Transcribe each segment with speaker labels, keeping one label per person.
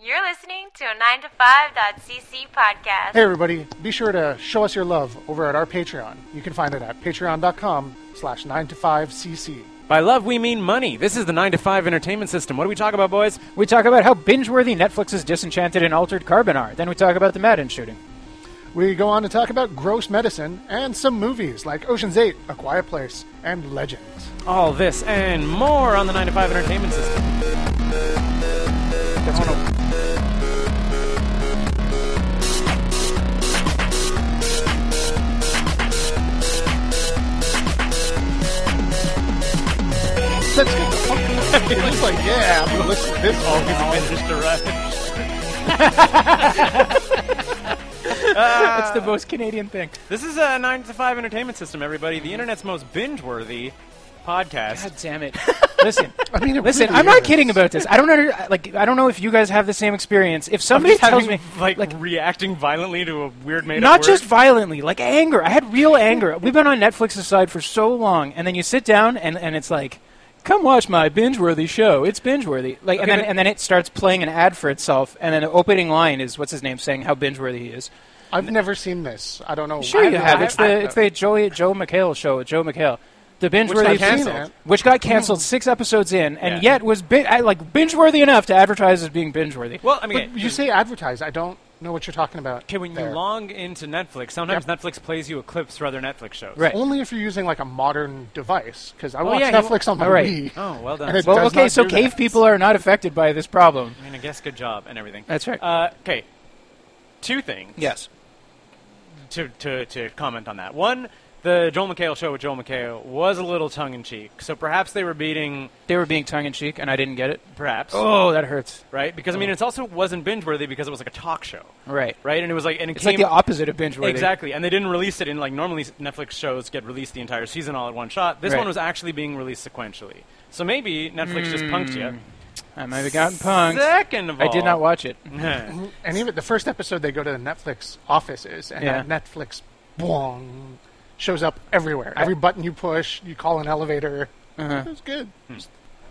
Speaker 1: You're listening to a 9to5.cc podcast.
Speaker 2: Hey everybody, be sure to show us your love over at our Patreon. You can find it at patreon.com slash 9to5cc.
Speaker 3: By love, we mean money. This is the 9 to 5 entertainment system. What do we talk about, boys?
Speaker 4: We talk about how binge worthy Netflix's Disenchanted and Altered Carbon are. Then we talk about the Madden shooting.
Speaker 2: We go on to talk about gross medicine and some movies like Ocean's 8, A Quiet Place, and Legend.
Speaker 3: All this and more on the 9 to 5 entertainment system.
Speaker 2: That's
Speaker 3: Oh, no.
Speaker 2: That's good. He's like, yeah, I'm going to listen to this all
Speaker 4: That's the most Canadian thing.
Speaker 3: This is a 9 to 5 entertainment system, everybody. The internet's most binge worthy podcast.
Speaker 4: God damn it! Listen,
Speaker 2: I mean, it
Speaker 4: listen.
Speaker 2: really
Speaker 4: I'm not
Speaker 2: is.
Speaker 4: kidding about this. I don't under, like. I don't know if you guys have the same experience. If somebody
Speaker 3: Just
Speaker 4: tells
Speaker 3: having,
Speaker 4: me,
Speaker 3: like, reacting violently to a weird made
Speaker 4: not just violently, like anger. I had real anger. We've been on Netflix's side for so long, and then you sit down and, and it's like, come watch my binge-worthy show. It's binge-worthy. Like,
Speaker 3: Okay,
Speaker 4: and then
Speaker 3: but-
Speaker 4: and then it starts playing an ad for itself, and then the opening line is what's his name saying how binge-worthy he is.
Speaker 2: I've never seen this. I don't know.
Speaker 4: Sure,
Speaker 2: I
Speaker 4: you
Speaker 2: don't-
Speaker 4: have.
Speaker 2: I-
Speaker 4: It's
Speaker 2: I-
Speaker 4: the it's the Joey Joe McHale show with Joe McHale. The binge
Speaker 3: got
Speaker 4: worthy
Speaker 3: canceled.
Speaker 4: which got canceled six episodes in, and
Speaker 3: Yeah.
Speaker 4: yet was bi- I- like binge worthy enough to advertise as being binge worthy.
Speaker 3: Well, I mean,
Speaker 2: But you say advertise. I don't know what you're talking about.
Speaker 3: okay, when you
Speaker 2: there.
Speaker 3: log into Netflix, sometimes Netflix plays you a clip for other Netflix shows.
Speaker 4: Right.
Speaker 2: Only if you're using like a modern device, because I watch
Speaker 3: yeah, you-
Speaker 2: Netflix on my
Speaker 4: all right.
Speaker 2: Wii.
Speaker 3: Oh, well done.
Speaker 2: And it
Speaker 4: well,
Speaker 2: does
Speaker 4: okay,
Speaker 2: not
Speaker 4: so
Speaker 2: do
Speaker 4: cave
Speaker 2: that.
Speaker 4: people are not affected by this problem.
Speaker 3: I mean, I guess good job and everything.
Speaker 4: That's right.
Speaker 3: Uh, okay, two things.
Speaker 4: Yes.
Speaker 3: to, to, to comment on that. One, the Joel McHale show with Joel McHale was a little tongue in cheek, so perhaps they were beating,
Speaker 4: They were being tongue in cheek, and I didn't get it.
Speaker 3: perhaps,
Speaker 4: Oh, that hurts.
Speaker 3: right? Because I mean, it also wasn't binge worthy because it was like a talk show,
Speaker 4: Right.
Speaker 3: right? And it was like, and it
Speaker 4: It's
Speaker 3: came
Speaker 4: like the opposite of binge worthy.
Speaker 3: exactly, and they didn't release it in like normally Netflix shows get released the entire season all at one shot. This
Speaker 4: Right.
Speaker 3: one was actually being released sequentially, so maybe Netflix just punked you.
Speaker 4: I might have gotten punked.
Speaker 3: Second of
Speaker 4: Mm. I
Speaker 3: all,
Speaker 4: did not watch it.
Speaker 3: watch.
Speaker 2: And even the first episode, they go to the Netflix offices, and
Speaker 4: Yeah.
Speaker 2: that Netflix boing shows up everywhere. Every button you push, you call an elevator.
Speaker 4: Uh-huh.
Speaker 2: It was good.
Speaker 4: Hmm.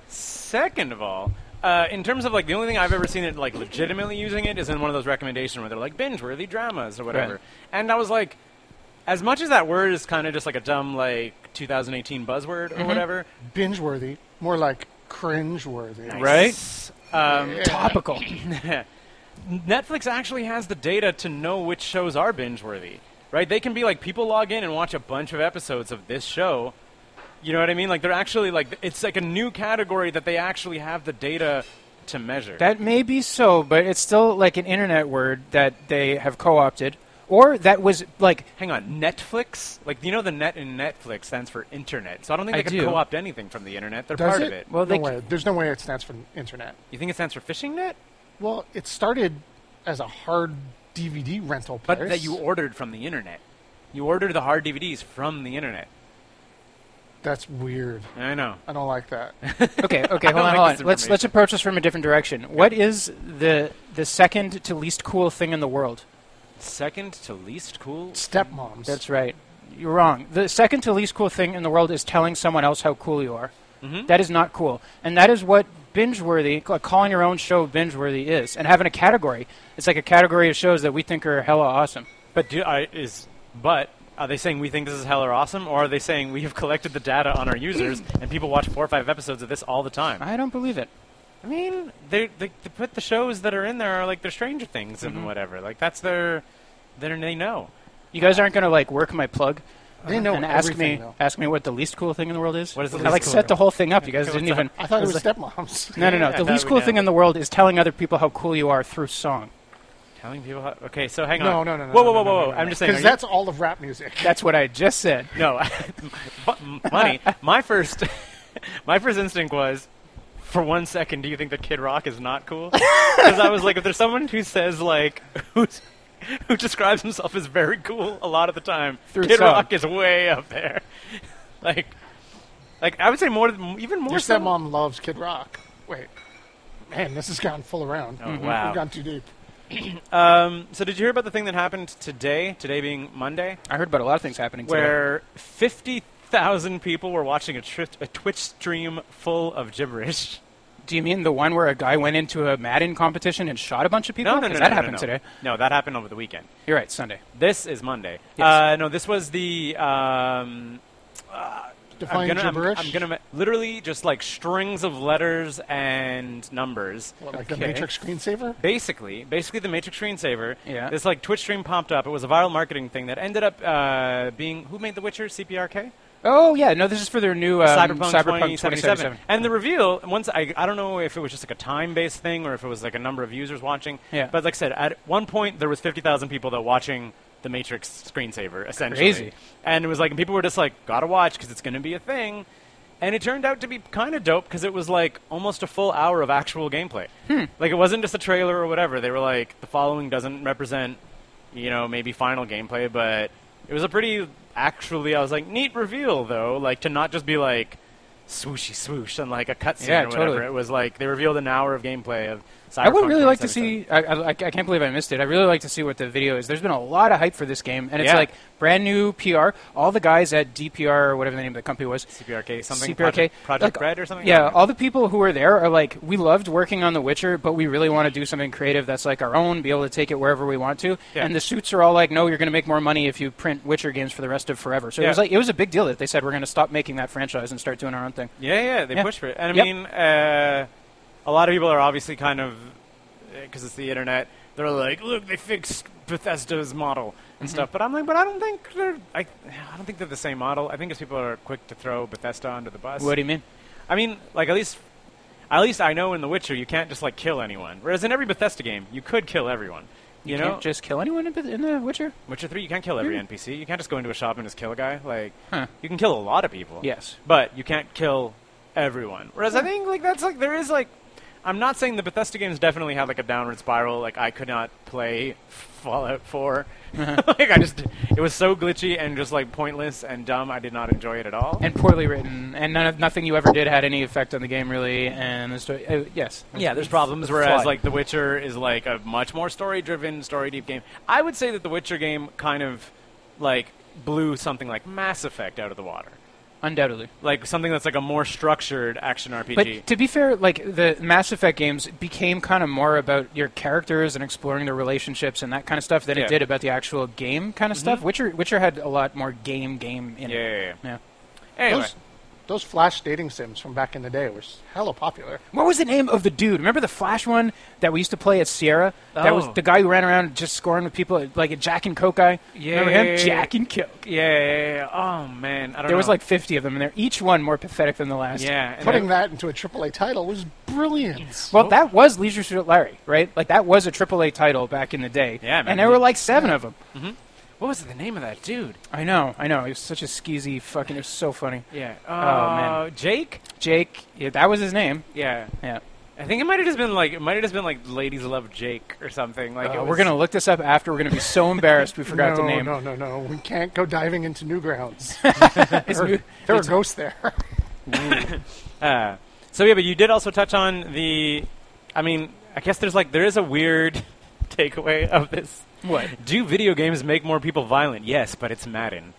Speaker 3: Second of all, uh, in terms of like the only thing I've ever seen it like legitimately using it is in one of those recommendations where they're like binge worthy dramas or whatever.
Speaker 4: Right.
Speaker 3: And I was like, as much as that word is kind of just like a dumb like 2018 buzzword or
Speaker 4: Mm-hmm.
Speaker 3: whatever,
Speaker 2: Binge worthy, more like cringe worthy.
Speaker 3: right? Um,
Speaker 4: Topical.
Speaker 3: Netflix actually has the data to know which shows are binge worthy, right? They can be like people log in and watch a bunch of episodes of this show. You know what I mean? Like they're actually like it's like a new category that they actually have the data to measure.
Speaker 4: That may be so, but it's still like an internet word that they have co-opted, or that was like
Speaker 3: Hang on, Netflix? Like, you know, the net in Netflix stands for internet. So I don't think
Speaker 4: I
Speaker 3: they could
Speaker 4: do.
Speaker 3: co opt anything from the internet. They're
Speaker 2: Does
Speaker 3: part
Speaker 2: it?
Speaker 3: of it.
Speaker 4: Well,
Speaker 2: Well,
Speaker 4: they
Speaker 2: no way. There's no way it stands for internet.
Speaker 3: You think it stands for phishing net?
Speaker 2: Well, it started as a hard DVD rental
Speaker 3: But
Speaker 2: place.
Speaker 3: that you ordered from the internet. You ordered the hard DVDs from the internet.
Speaker 2: That's weird.
Speaker 3: I know.
Speaker 2: I don't like that.
Speaker 4: okay, okay,
Speaker 3: I
Speaker 4: hold
Speaker 3: don't
Speaker 4: on,
Speaker 3: like this
Speaker 4: hold on. Let's
Speaker 3: information.
Speaker 4: let's approach this from a different direction. What is the the second to least cool thing in the world?
Speaker 3: Second to least cool?
Speaker 2: Stepmoms.
Speaker 4: That's right. You're wrong. The second to least cool thing in the world is telling someone else how cool you are.
Speaker 3: Mm-hmm.
Speaker 4: That is not cool, and that is what binge-worthy, ca- calling your own show binge-worthy is, and having a category. It's like a category of shows that we think are hella awesome.
Speaker 3: But do I is but are they saying we think this is hell or awesome, or are they saying we have collected the data on our users and people watch four or five episodes of this all the time?
Speaker 4: I don't believe it.
Speaker 3: I mean, they, they they put the shows that are in there are like they're Stranger Things and whatever. Like that's their, their they know.
Speaker 4: You guys aren't gonna like work my plug.
Speaker 2: They know
Speaker 4: and ask me
Speaker 2: everything, though.
Speaker 4: ask me what the least cool thing in the world is.
Speaker 3: What is the
Speaker 4: I
Speaker 3: least
Speaker 4: like
Speaker 3: cool
Speaker 4: set the
Speaker 3: thing?
Speaker 4: whole thing up. You guys didn't even.
Speaker 2: I thought it was
Speaker 4: like-
Speaker 2: stepmoms.
Speaker 4: no, no,
Speaker 3: Yeah,
Speaker 4: no.
Speaker 3: I
Speaker 4: the
Speaker 3: thought
Speaker 4: least
Speaker 3: we
Speaker 4: cool
Speaker 3: know.
Speaker 4: thing in the world is telling other people how cool you are through song.
Speaker 3: Telling people how. Okay, so hang on.
Speaker 2: No, no, no, no.
Speaker 3: Whoa,
Speaker 2: no,
Speaker 3: whoa, whoa,
Speaker 2: no,
Speaker 3: whoa!
Speaker 2: no,
Speaker 3: whoa.
Speaker 2: no,
Speaker 3: I'm
Speaker 2: no.
Speaker 3: just saying. are you-
Speaker 2: that's all of rap music.
Speaker 4: That's what I just said.
Speaker 3: no, but money. My first, my first instinct was, for one second, do you think that Kid Rock is not cool? Because I was like, if there's someone who says like, who's, who describes himself as very cool a lot of the time,
Speaker 4: Through
Speaker 3: Kid
Speaker 4: song.
Speaker 3: Rock is way up there. like, like I would say more, than, even more.
Speaker 2: Your
Speaker 3: so-
Speaker 2: stepmom loves Kid Rock. Wait, man, this has gone full around.
Speaker 3: Oh, wow.
Speaker 2: we've gone too deep.
Speaker 3: Um, so did you hear about the thing that happened today? Today being Monday.
Speaker 4: I heard about a lot of things happening.
Speaker 3: where 50,000 people were watching a, tri- a Twitch stream full of gibberish.
Speaker 4: today. Do you mean the one where a guy went into a Madden competition and shot a bunch of people?
Speaker 3: No, no, no,
Speaker 4: 'Cause
Speaker 3: no,
Speaker 4: That
Speaker 3: no,
Speaker 4: happened
Speaker 3: no.
Speaker 4: today.
Speaker 3: No, that happened over the weekend.
Speaker 4: You're right, Sunday.
Speaker 3: This is Monday.
Speaker 4: Yes.
Speaker 3: Uh, no, this was the. Um, I'm
Speaker 2: Define
Speaker 3: gonna, I'm-
Speaker 2: gibberish.
Speaker 3: I'm gonna ma- literally just like strings of letters and numbers.
Speaker 2: What, like the
Speaker 4: okay.
Speaker 2: Matrix screensaver?
Speaker 3: Basically, basically the Matrix screensaver.
Speaker 4: Yeah.
Speaker 3: This like Twitch stream popped up. It was a viral marketing thing that ended up uh, being who made The Witcher? CPRK.
Speaker 4: Oh yeah, no, this is for their new um,
Speaker 3: Cyberpunk,
Speaker 4: 2077.
Speaker 3: 2077. And the reveal, once I, I don't know if it was just like a time based thing or if it was like a number of users watching.
Speaker 4: Yeah.
Speaker 3: But like I said, at one point there was 50,000 people that were watching the Matrix screensaver, essentially.
Speaker 4: Crazy.
Speaker 3: And it was like, and people were just like, gotta watch because it's going to be a thing. And it turned out to be kind of dope because it was like almost a full hour of actual gameplay.
Speaker 4: Hmm.
Speaker 3: Like it wasn't just a trailer or whatever. They were like, the following doesn't represent, you know, maybe final gameplay, but it was a pretty actually. I was like, neat reveal though, like to not just be like swooshy swoosh and like a cutscene
Speaker 4: Yeah,
Speaker 3: or whatever.
Speaker 4: totally.
Speaker 3: It was like they revealed an hour of gameplay of. Cyberpunk
Speaker 4: I would really like to
Speaker 3: 2077.
Speaker 4: see. I, I, I can't believe I missed it. I really like to see what the video is. There's been a lot of hype for this game, and it's
Speaker 3: Yeah.
Speaker 4: like brand new PR. All the guys at DPR or whatever the name of the company was,
Speaker 3: CPRK something
Speaker 4: CPRK.
Speaker 3: Project, Project
Speaker 4: Like,
Speaker 3: Red or something.
Speaker 4: Yeah, all the people who were there are like, we loved working on The Witcher, but we really want to do something creative that's like our own, be able to take it wherever we want to.
Speaker 3: Yeah.
Speaker 4: And the suits are all like, no, you're going to make more money if you print Witcher games for the rest of forever. So it
Speaker 3: Yeah.
Speaker 4: was like, it was a big deal that they said we're going to stop making that franchise and start doing our own thing.
Speaker 3: Yeah, yeah, they
Speaker 4: Yeah.
Speaker 3: push for it. And I
Speaker 4: Yep.
Speaker 3: mean, uh, a lot of people are obviously kind of because it's the internet. They're like, look, they fixed Bethesda's model
Speaker 4: Mm-hmm.
Speaker 3: and stuff. But I'm like, but I don't think they're. I, I don't think they're the same model. I think it's people are quick to throw Bethesda under the bus.
Speaker 4: What do you mean?
Speaker 3: I mean, like at least. At least I know in The Witcher you can't just like kill anyone. Whereas in every Bethesda game, you could kill everyone. You, know,
Speaker 4: can't just kill anyone in Beth- in The Witcher?
Speaker 3: Witcher Three, you can't kill every NPC. You can't just go into a shop and just kill a guy. Like
Speaker 4: Huh.
Speaker 3: you can kill a lot of people.
Speaker 4: Yes.
Speaker 3: but you can't kill everyone. Whereas I think like that's like there is like I'm not saying the Bethesda games definitely had like a downward spiral. Like I could not play Fallout 4. like I just it was so glitchy and just like pointless and dumb. I did not enjoy it at all.
Speaker 4: And poorly written, and none of, nothing you ever did had any effect on the game really. And the story, uh, yes,
Speaker 3: yeah, there's problems. Whereas
Speaker 4: flawed.
Speaker 3: like The Witcher is like a much more story-driven, story-deep game. I would say that The Witcher game kind of like blew something like Mass Effect out of the water.
Speaker 4: undoubtedly.
Speaker 3: Like something that's like a more structured action RPG.
Speaker 4: But to be fair, like the Mass Effect games became kind of more about your characters and exploring their relationships and that kind of stuff than
Speaker 3: Yeah. Mm-hmm.
Speaker 4: it did about the actual game kind of stuff. Witcher Witcher had a lot more game game in
Speaker 3: yeah,
Speaker 4: it.
Speaker 3: yeah, yeah.
Speaker 4: Yeah.
Speaker 3: Anyway,
Speaker 2: Those, those flash dating sims from back in the day were s- hella popular.
Speaker 4: What was the name of the dude? Remember the Flash one that we used to play at Sierra? That was
Speaker 3: Oh.
Speaker 4: the guy who ran around just scoring with people, like a Jack and Coke guy.
Speaker 3: Yeah,
Speaker 4: Remember him?
Speaker 3: yeah, yeah,
Speaker 4: Jack and Coke.
Speaker 3: Yeah, yeah, yeah. Oh man, I don't
Speaker 4: There was
Speaker 3: know.
Speaker 4: like 50 of them, and they're each one more pathetic than the last.
Speaker 3: yeah, and
Speaker 2: Putting
Speaker 3: I-
Speaker 2: that into a AAA title was brilliant.
Speaker 4: Well, that was Leisure Suit Larry, right? Like that was a AAA title back in the day.
Speaker 3: Yeah, man.
Speaker 4: And there were like seven of them.
Speaker 3: what was the name of that dude?
Speaker 4: I know, I know. He was such a skeezy fucking. It was so funny.
Speaker 3: Yeah.
Speaker 4: Oh, man.
Speaker 3: Uh, Jake.
Speaker 4: Jake, yeah, that was his name.
Speaker 3: Yeah,
Speaker 4: Yeah.
Speaker 3: I think it might have just been like it might have just been like ladies love Jake or something. Like it
Speaker 4: Uh,
Speaker 3: was,
Speaker 4: we're gonna look this up after. We're gonna be so embarrassed we forgot
Speaker 2: no,
Speaker 4: the name.
Speaker 2: No, no, no. We can't go diving into new grounds.
Speaker 4: It's
Speaker 2: there,
Speaker 4: new-
Speaker 2: there are ghosts there.
Speaker 3: Uh, so yeah, but you did also touch on the. I mean, I guess there's like there is a weird takeaway of this.
Speaker 4: What?
Speaker 3: Do video games make more people violent? Yes, but it's Madden.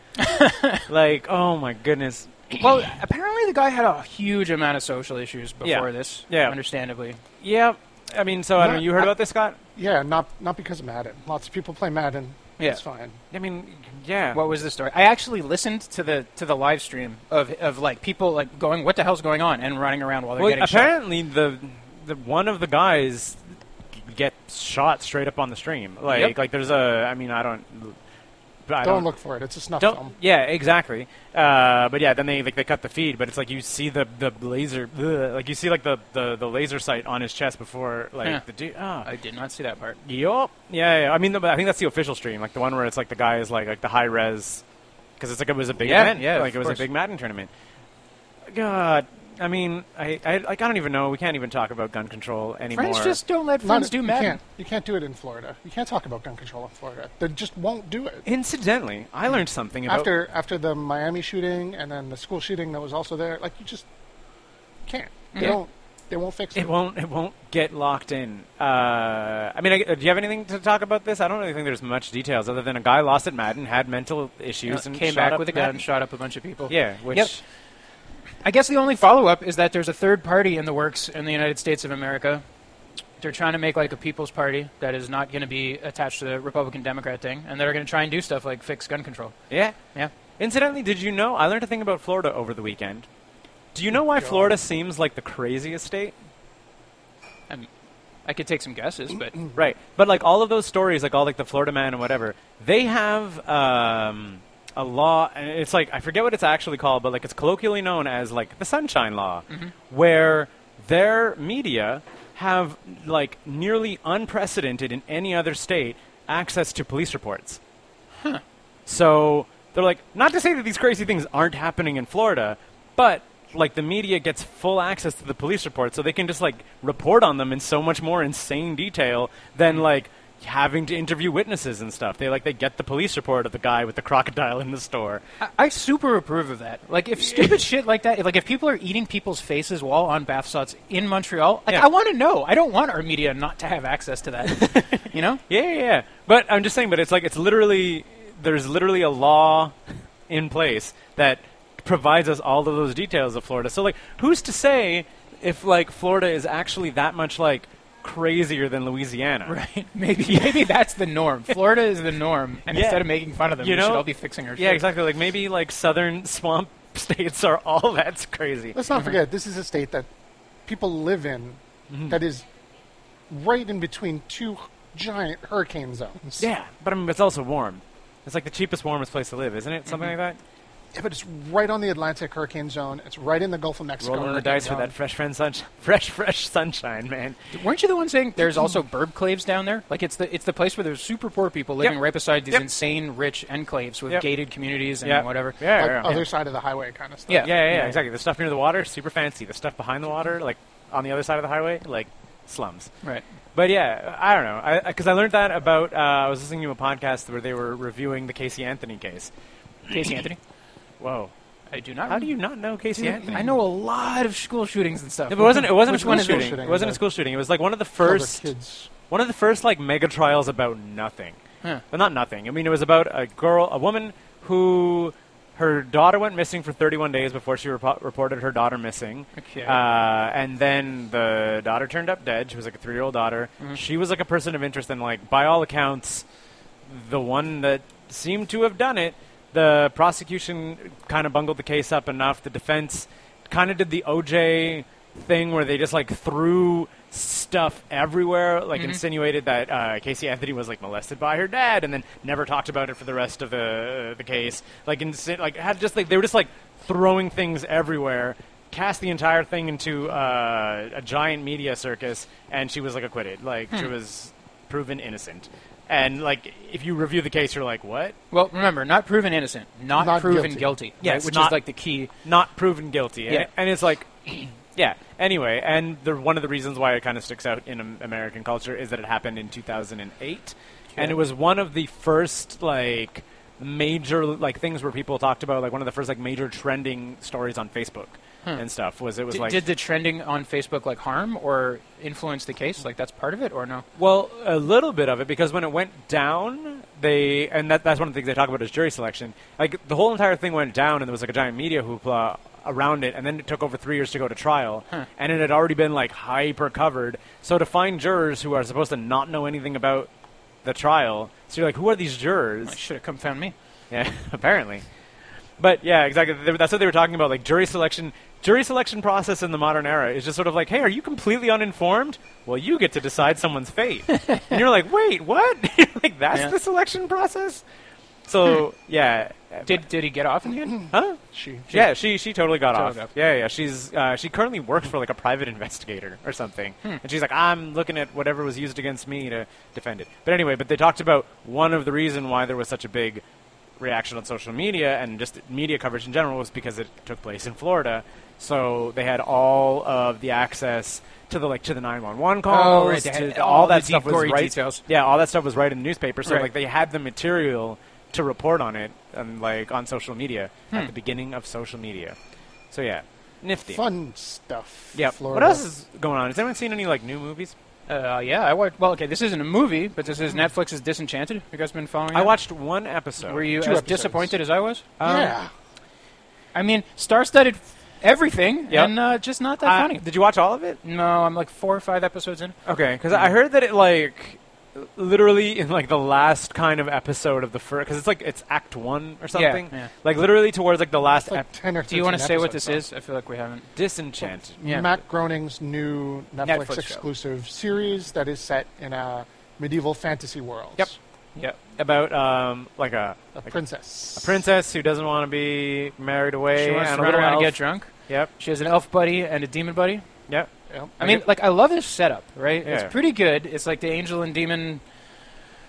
Speaker 3: like, oh my goodness.
Speaker 4: Well, apparently the guy had a huge amount of social issues before
Speaker 3: Yeah.
Speaker 4: this.
Speaker 3: Yeah.
Speaker 4: Understandably.
Speaker 3: Yeah. I mean, so I don't know.
Speaker 2: Not-
Speaker 3: You heard
Speaker 2: I-
Speaker 3: about this, Scott?
Speaker 2: yeah, not not because of Madden. Lots of people play Madden.
Speaker 4: Yeah.
Speaker 2: It's fine.
Speaker 3: I mean, yeah.
Speaker 4: What was the story? I actually listened to the to the live stream of of like people like going, "What the hell's going on?" and running around while they're
Speaker 3: Well,
Speaker 4: getting shot.
Speaker 3: apparently the the one of the guys get shot straight up on the stream. Like
Speaker 4: Yep.
Speaker 3: like there's a I mean I don't I
Speaker 2: don't,
Speaker 3: don't,
Speaker 2: look for it. It's a snuff
Speaker 3: don't
Speaker 2: film.
Speaker 3: yeah exactly. Uh, but yeah, then they like they cut the feed, but it's like you see the the laser bleh, like you see like the, the, the laser sight on his chest before like
Speaker 4: Yeah.
Speaker 3: the dude. Oh.
Speaker 4: I did not see that part.
Speaker 3: Yup. Yeah, yeah. I mean, the, I think that's the official stream, like the one where it's like the guy is like like the high res, because it's like it was a big
Speaker 4: Yeah,
Speaker 3: event.
Speaker 4: yeah,
Speaker 3: like
Speaker 4: of
Speaker 3: it was
Speaker 4: course.
Speaker 3: a big Madden tournament. God, I mean, I, I like I don't even know. We can't even talk about gun control anymore.
Speaker 4: Friends just don't let
Speaker 2: Not-
Speaker 4: friends do
Speaker 2: you
Speaker 4: Madden.
Speaker 2: can't, you can't do it in Florida. You can't talk about gun control in Florida. They just won't do it.
Speaker 3: Incidentally, I learned something about
Speaker 2: After after the Miami shooting and then the school shooting that was also there, like you just can't. They
Speaker 4: Yeah.
Speaker 2: don't. They won't fix it.
Speaker 3: it won't it won't get locked in. Uh, I mean, I, do you have anything to talk about this? I don't really think there's much details other than a guy lost at Madden, had mental issues, and
Speaker 4: Uh, Came
Speaker 3: shot
Speaker 4: back
Speaker 3: up
Speaker 4: with a gun,
Speaker 3: Madden.
Speaker 4: shot up a bunch of people.
Speaker 3: Yeah, which
Speaker 4: Yep. I guess the only follow up is that there's a third party in the works in the United States of America. They're trying to make like a people's party that is not going to be attached to the Republican Democrat thing, and they're going to try and do stuff like fix gun control.
Speaker 3: Yeah.
Speaker 4: Yeah.
Speaker 3: Incidentally, did you know I learned a thing about Florida over the weekend? Do you know why Florida seems like the craziest state?
Speaker 4: I'm, I could take some guesses, but
Speaker 3: Right. But like all of those stories, like all like the Florida man and whatever, they have um, a law, and it's like I forget what it's actually called, but like it's colloquially known as like the Sunshine Law, where their media have like nearly unprecedented in any other state access to police reports. So they're like, not to say that these crazy things aren't happening in Florida, but like the media gets full access to the police report, so they can just like report on them in so much more insane detail than like having to interview witnesses and stuff. They like they get the police report of the guy with the crocodile in the store.
Speaker 4: I, I super approve of that. Like, if stupid shit like that, if, like if people are eating people's faces while on bath salts in Montreal, like
Speaker 3: Yeah.
Speaker 4: I want to know. I don't want our media not to have access to that. you know?
Speaker 3: Yeah, yeah, yeah. But I'm just saying, but it's like it's literally there's literally a law in place that provides us all of those details of Florida. So like, who's to say if like Florida is actually that much like crazier than Louisiana?
Speaker 4: Right? Maybe maybe that's the norm. Florida is the norm, and
Speaker 3: Yeah.
Speaker 4: instead of making fun of them,
Speaker 3: You
Speaker 4: we should
Speaker 3: know?
Speaker 4: all be fixing our
Speaker 3: Yeah,
Speaker 4: shit.
Speaker 3: exactly. Like maybe like southern swamp states are all that's crazy.
Speaker 2: Let's not forget, this is a state that people live in
Speaker 3: Mm-hmm.
Speaker 2: that is right in between two h- giant hurricane zones.
Speaker 3: Yeah, but I mean, it's also warm. It's like the cheapest, warmest place to live, isn't it? Something like
Speaker 2: Yeah, but it's right on the Atlantic hurricane zone. It's right in the Gulf of
Speaker 3: that.
Speaker 2: Mexico.
Speaker 3: Rolling the
Speaker 2: hurricane
Speaker 3: dice for
Speaker 2: zone.
Speaker 3: that fresh, friend sunsh- fresh, fresh sunshine, man.
Speaker 4: Weren't you the one saying there's also burbclaves down there? Like it's the it's the place where there's super poor people living
Speaker 3: Yep.
Speaker 4: right beside these
Speaker 3: Yep.
Speaker 4: insane rich enclaves with
Speaker 3: Yep.
Speaker 4: gated communities and
Speaker 3: Yeah,
Speaker 4: whatever.
Speaker 3: Yeah,
Speaker 2: Like,
Speaker 3: yeah, yeah.
Speaker 2: other side of the highway kind of stuff.
Speaker 4: Yeah.
Speaker 3: yeah, yeah,
Speaker 4: Yeah.
Speaker 3: yeah, exactly. The stuff near the water, super fancy. The stuff behind the water, like on the other side of the highway, like slums.
Speaker 4: Right.
Speaker 3: But yeah, I don't know. Because I, learned that about. Uh, I was listening to a podcast where they were reviewing the Casey Anthony case.
Speaker 4: Casey Anthony.
Speaker 3: Whoa.
Speaker 4: I do not.
Speaker 3: How do you not know Casey Anthony?
Speaker 4: I know a lot of school shootings and stuff.
Speaker 3: No, but it wasn't. It wasn't
Speaker 2: Which
Speaker 3: a school
Speaker 2: one is it?
Speaker 3: shooting. It wasn't
Speaker 2: Yeah.
Speaker 3: a school shooting. It was like one of the
Speaker 2: Other
Speaker 3: first,
Speaker 2: kids.
Speaker 3: one of the first like mega trials about nothing.
Speaker 4: Huh.
Speaker 3: Well, not nothing. I mean, it was about a girl, a woman who her daughter went missing for 31 days before she repo- reported her daughter missing.
Speaker 4: Okay.
Speaker 3: Uh, and then the daughter turned up dead. She was like a three-year-old daughter.
Speaker 4: Mm-hmm.
Speaker 3: She was like a person of interest, and like by all accounts, the one that seemed to have done it. The prosecution kind of bungled the case up enough. The defense kind of did the OJ thing where they just like threw stuff everywhere, like insinuated that uh, Casey Anthony was like molested by her dad, and then never talked about it for the rest of the the case. Like, insi- like had just like they were just like throwing things everywhere. Cast the entire thing into uh, a giant media circus, and she was like acquitted. Like she was proven innocent. And like, if you review the case, you're like, what?
Speaker 4: Well, remember, not proven innocent, not,
Speaker 2: Not
Speaker 4: proven
Speaker 2: guilty.
Speaker 4: guilty.
Speaker 3: Yeah,
Speaker 4: right,
Speaker 3: it's
Speaker 4: which is
Speaker 3: not-
Speaker 4: like the key.
Speaker 3: Not proven guilty.
Speaker 4: Yeah.
Speaker 3: And, and it's like, yeah. Anyway, and the, one of the reasons why it kind of sticks out in um, American culture is that it happened in 2008, and it was one of the first like major like things where people talked about like one of the first like major trending stories on Facebook and stuff. Was it was
Speaker 4: D-
Speaker 3: like
Speaker 4: Hmm. did the trending on Facebook like harm or influence the case? Like that's part of it, or no?
Speaker 3: Well, a little bit of it because when it went down, they and that, that's one of the things they talk about is jury selection. Like the whole entire thing went down, and there was like a giant media hoopla around it, and then it took over three years to go to trial, and it had already been like hyper covered. So to find jurors who are supposed to not know anything about the trial, so you're like, who are these jurors?
Speaker 4: Like, should have come found me.
Speaker 3: Yeah, apparently. But yeah, exactly. Th- That's what they were talking about. Like jury selection, jury selection process in the modern era is just sort of like, hey, are you completely uninformed? Well, you get to decide someone's fate, and you're like, wait, what? like that's
Speaker 4: Yeah. Hmm.
Speaker 3: the selection process. So yeah,
Speaker 4: Did did he get off in the end?
Speaker 3: huh?
Speaker 2: She.
Speaker 3: Yeah, she she totally got
Speaker 4: Totally
Speaker 3: off.
Speaker 4: got-
Speaker 3: Yeah, yeah. She's uh, she currently works for like a private investigator or something,
Speaker 4: Hmm.
Speaker 3: and she's like, I'm looking at whatever was used against me to defend it. But anyway, but they talked about one of the reason why there was such a big reaction on social media and just media coverage in general was because it took place in Florida, so they had all of the access to the like to the 911 calls,
Speaker 4: Oh, right, they had
Speaker 3: to
Speaker 4: all
Speaker 3: all
Speaker 4: the
Speaker 3: that stuff
Speaker 4: deep
Speaker 3: was
Speaker 4: gory
Speaker 3: right.
Speaker 4: details.
Speaker 3: Yeah, all that stuff was right in the newspaper, so
Speaker 4: Right.
Speaker 3: like they had the material to report on it and like on social media at the beginning of social media. So yeah, nifty.
Speaker 2: Fun stuff.
Speaker 3: Yeah.
Speaker 2: Florida.
Speaker 3: What else is going on? Has anyone seen any like new movies?
Speaker 4: Uh, yeah, I watched. Well, okay, this isn't a movie, but this is Netflix's Disenchanted. You guys been following?
Speaker 3: I
Speaker 4: that?
Speaker 3: watched one episode.
Speaker 4: Were you
Speaker 2: two
Speaker 4: as
Speaker 2: episodes.
Speaker 3: um,
Speaker 4: disappointed as I was?
Speaker 2: yeah.
Speaker 4: I mean, star-studded everything,
Speaker 3: Yep.
Speaker 4: and uh, just not that
Speaker 3: Uh,
Speaker 4: funny.
Speaker 3: did you watch all of it?
Speaker 4: No, I'm like four or five episodes in.
Speaker 3: Okay, because I heard that it like literally in like the last kind of episode of the first because it's like it's Act One or
Speaker 4: Yeah,
Speaker 3: something.
Speaker 4: yeah.
Speaker 3: Like literally towards like the last
Speaker 2: like
Speaker 3: ep-
Speaker 2: ten or.
Speaker 4: Do you want to
Speaker 2: 13
Speaker 4: say what
Speaker 2: episodes
Speaker 4: this is? I feel like we haven't.
Speaker 3: Disenchanted.
Speaker 4: Yeah.
Speaker 2: Matt Groening's new Netflix,
Speaker 4: Netflix show.
Speaker 2: exclusive series that is set in a medieval fantasy world.
Speaker 3: Yep. Yeah, about um like a,
Speaker 2: A
Speaker 3: like
Speaker 2: princess.
Speaker 3: a princess who doesn't want to be married away
Speaker 4: she wants
Speaker 3: and
Speaker 4: to
Speaker 3: a
Speaker 4: run
Speaker 3: little
Speaker 4: around and
Speaker 3: elf.
Speaker 4: get drunk.
Speaker 3: Yep,
Speaker 4: She has an elf buddy and a demon buddy.
Speaker 3: yep.
Speaker 2: Yep.
Speaker 4: I mean, like I love this setup, right?
Speaker 3: Yeah.
Speaker 4: It's pretty good. It's like the angel and demon,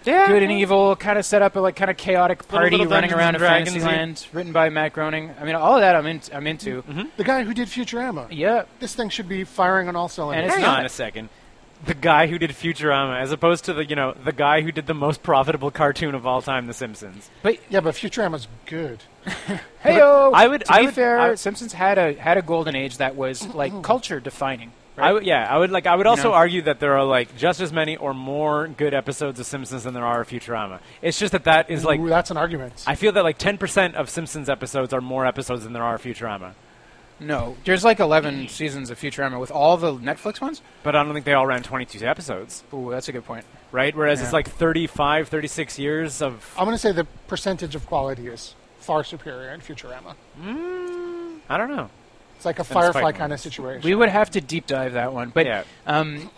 Speaker 3: Yeah,
Speaker 4: good and evil kind of setup, a like kind of chaotic party
Speaker 3: little
Speaker 4: running
Speaker 3: Dungeons
Speaker 4: around in
Speaker 3: and Dragons-y.
Speaker 4: Fantasyland, written by Matt Groening. I mean, all of that I'm in, I'm into.
Speaker 3: Mm-hmm.
Speaker 2: the guy who did Futurama.
Speaker 4: Yeah,
Speaker 2: This thing should be firing on all cylinders.
Speaker 4: And it's
Speaker 3: Hang
Speaker 4: not-
Speaker 3: on a second. The guy who did Futurama, as opposed to the you know the guy who did the most profitable cartoon of all time, The Simpsons.
Speaker 4: but
Speaker 2: yeah, but Futurama's good.
Speaker 4: hey I
Speaker 3: I would-
Speaker 4: would. To
Speaker 3: I
Speaker 4: be
Speaker 3: would-
Speaker 4: fair,
Speaker 3: I-
Speaker 4: Simpsons had a had a golden age that was like culture defining. Right?
Speaker 3: I would- yeah, I would like. I would also
Speaker 4: know?
Speaker 3: argue that there are like just as many or more good episodes of Simpsons than there are of Futurama. It's just that that is like
Speaker 2: Ooh, that's an argument.
Speaker 3: I feel that like ten percent of Simpsons episodes are more episodes than there are of Futurama.
Speaker 4: no, there's like
Speaker 3: Mm-hmm.
Speaker 4: 11 seasons of Futurama with all the Netflix ones.
Speaker 3: But I don't think they all ran twenty two episodes,
Speaker 4: Ooh, that's a good point.
Speaker 3: right? Whereas it's
Speaker 4: Yeah.
Speaker 3: like 35, 36 years of
Speaker 2: I'm going to say the percentage of quality is far superior in Futurama.
Speaker 3: I don't know.
Speaker 2: It's like a
Speaker 3: fighting
Speaker 2: Firefly kind of
Speaker 3: ones.
Speaker 2: situation.
Speaker 4: We would have to deep dive that one, but
Speaker 3: Yeah.
Speaker 4: um,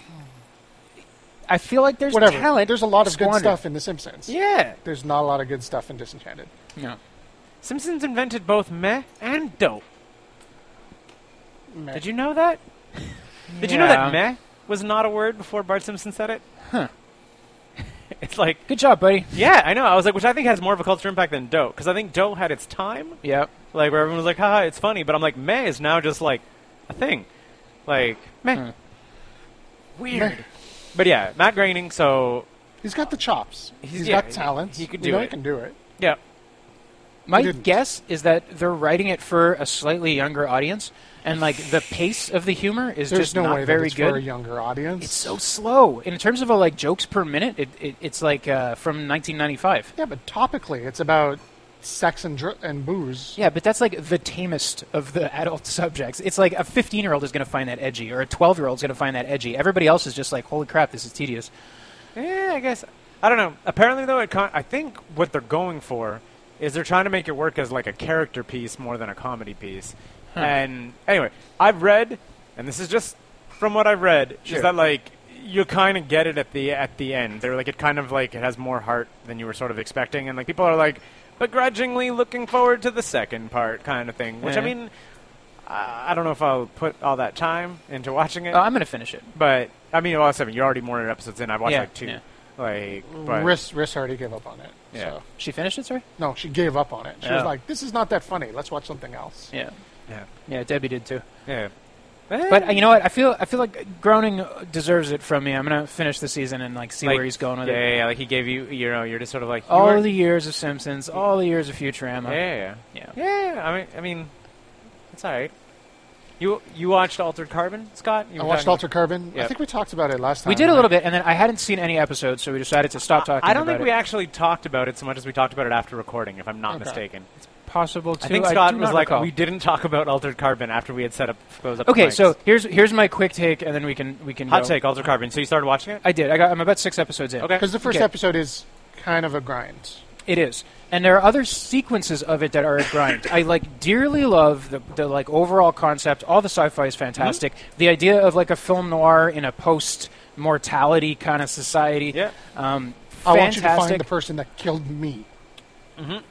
Speaker 4: I feel like there's
Speaker 2: Whatever.
Speaker 4: talent.
Speaker 2: There's a lot of good
Speaker 4: squandered.
Speaker 2: stuff in The Simpsons.
Speaker 4: Yeah.
Speaker 2: There's not a lot of good stuff in Disenchanted.
Speaker 4: No.
Speaker 3: Simpsons invented both meh and dope.
Speaker 2: Meh.
Speaker 3: Did you know that? Did you know that
Speaker 4: Yeah.
Speaker 3: meh was not a word before Bart Simpson said it? Huh. it's like,
Speaker 4: Good job, buddy.
Speaker 3: yeah, I know. I was like, which I think has more of a culture impact than dope, because I think dope had its time,
Speaker 4: Yep.
Speaker 3: like where everyone was like, haha, it's funny, but I'm like, meh is now just like a thing. Like, meh.
Speaker 4: Huh.
Speaker 3: Weird. But yeah, Matt Groening, so,
Speaker 2: He's got the chops.
Speaker 3: He's-
Speaker 2: He's
Speaker 3: yeah,
Speaker 2: got
Speaker 3: he-
Speaker 2: talent.
Speaker 3: he could
Speaker 2: We
Speaker 3: do
Speaker 2: know
Speaker 3: it.
Speaker 2: He can do it.
Speaker 3: yeah.
Speaker 4: My
Speaker 2: didn't.
Speaker 4: guess is that they're writing it for a slightly younger audience, and like the pace of the humor is
Speaker 2: There's
Speaker 4: just
Speaker 2: no
Speaker 4: not
Speaker 2: way that
Speaker 4: very
Speaker 2: it's
Speaker 4: good.
Speaker 2: for a younger audience.
Speaker 4: It's so slow. In terms of a, like jokes per minute, it, it, it's like uh, from 1995.
Speaker 2: yeah, but topically, it's about sex and dr- and booze.
Speaker 4: Yeah, but that's like the tamest of the adult subjects. It's like a 15 year old is going to find that edgy, or a 12 year old is going to find that edgy. Everybody else is just like, holy crap, this is tedious.
Speaker 3: Yeah, Eh, I guess. I don't know. Apparently, though, it con- I think what they're going for is they're trying to make it work as like a character piece more than a comedy piece. And anyway, I've read, and this is just from what I've read,
Speaker 4: Sure.
Speaker 3: is that like you kind of get it at the at the end. They're like it kind of like it has more heart than you were sort of expecting, and like people are like begrudgingly looking forward to the second part kind of thing. Which I
Speaker 4: Yeah.
Speaker 3: mean, I, I don't know if I'll put all that time into watching it.
Speaker 4: Oh, I'm going to finish it.
Speaker 3: But I mean, well, seven. You're already more than episodes in. I've watched
Speaker 4: Yeah,
Speaker 3: like two.
Speaker 4: yeah.
Speaker 3: Like, but
Speaker 2: Riss, Riss already gave Mm, up on it.
Speaker 3: Yeah.
Speaker 2: So.
Speaker 4: She finished it, sorry?
Speaker 2: No, she gave up on it. She was
Speaker 3: Oh.
Speaker 2: like, "This is not that funny. Let's watch something else."
Speaker 4: Yeah.
Speaker 3: yeah,
Speaker 4: Yeah, Debbie did too.
Speaker 3: yeah. Eh,
Speaker 4: But uh, you know what? I feel I feel like Groening deserves it from me. I'm gonna finish the season and like see
Speaker 3: Like,
Speaker 4: where he's going with
Speaker 3: yeah,
Speaker 4: it.
Speaker 3: yeah, yeah, Like he gave you, you know, you're just sort of like you
Speaker 4: All
Speaker 3: were-
Speaker 4: the years of Simpsons, all the years of Futurama.
Speaker 3: yeah, yeah,
Speaker 4: Yeah.
Speaker 3: yeah, yeah. I mean, I mean, it's all right. You you watched Altered Carbon, Scott? You
Speaker 2: I
Speaker 3: were
Speaker 2: watched
Speaker 3: talking
Speaker 2: Alter Carbon.
Speaker 3: Yeah.
Speaker 2: I think we talked about it last time.
Speaker 4: We did a little bit, and then I hadn't seen any episodes, so we decided to stop
Speaker 3: about-
Speaker 4: talking.
Speaker 3: I don't
Speaker 4: about
Speaker 3: think we actually talked about it so much as we talked about it after recording, if I'm not
Speaker 2: Okay.
Speaker 3: mistaken.
Speaker 4: it. possible. To,
Speaker 3: I think Scott
Speaker 4: do
Speaker 3: was
Speaker 4: not
Speaker 3: like,
Speaker 4: recall.
Speaker 3: we didn't talk about Altered Carbon after we had set up close up. the
Speaker 4: okay.
Speaker 3: mics."
Speaker 4: So here's here's my quick take, and then we can we can
Speaker 3: hot
Speaker 4: go.
Speaker 3: take Altered Carbon. So you started watching it?
Speaker 4: I did. I got. I'm about six episodes in.
Speaker 3: Okay.
Speaker 2: because the first
Speaker 4: Okay.
Speaker 2: episode is kind of a grind.
Speaker 4: It is, and there are other sequences of it that are a grind. I like dearly love the, the like overall concept. All the sci-fi is fantastic.
Speaker 3: Mm-hmm.
Speaker 4: The idea of like a film noir in a post-mortality kind of society.
Speaker 3: Yeah.
Speaker 4: Um,
Speaker 2: I want you to find
Speaker 4: fantastic.
Speaker 2: the person that killed me.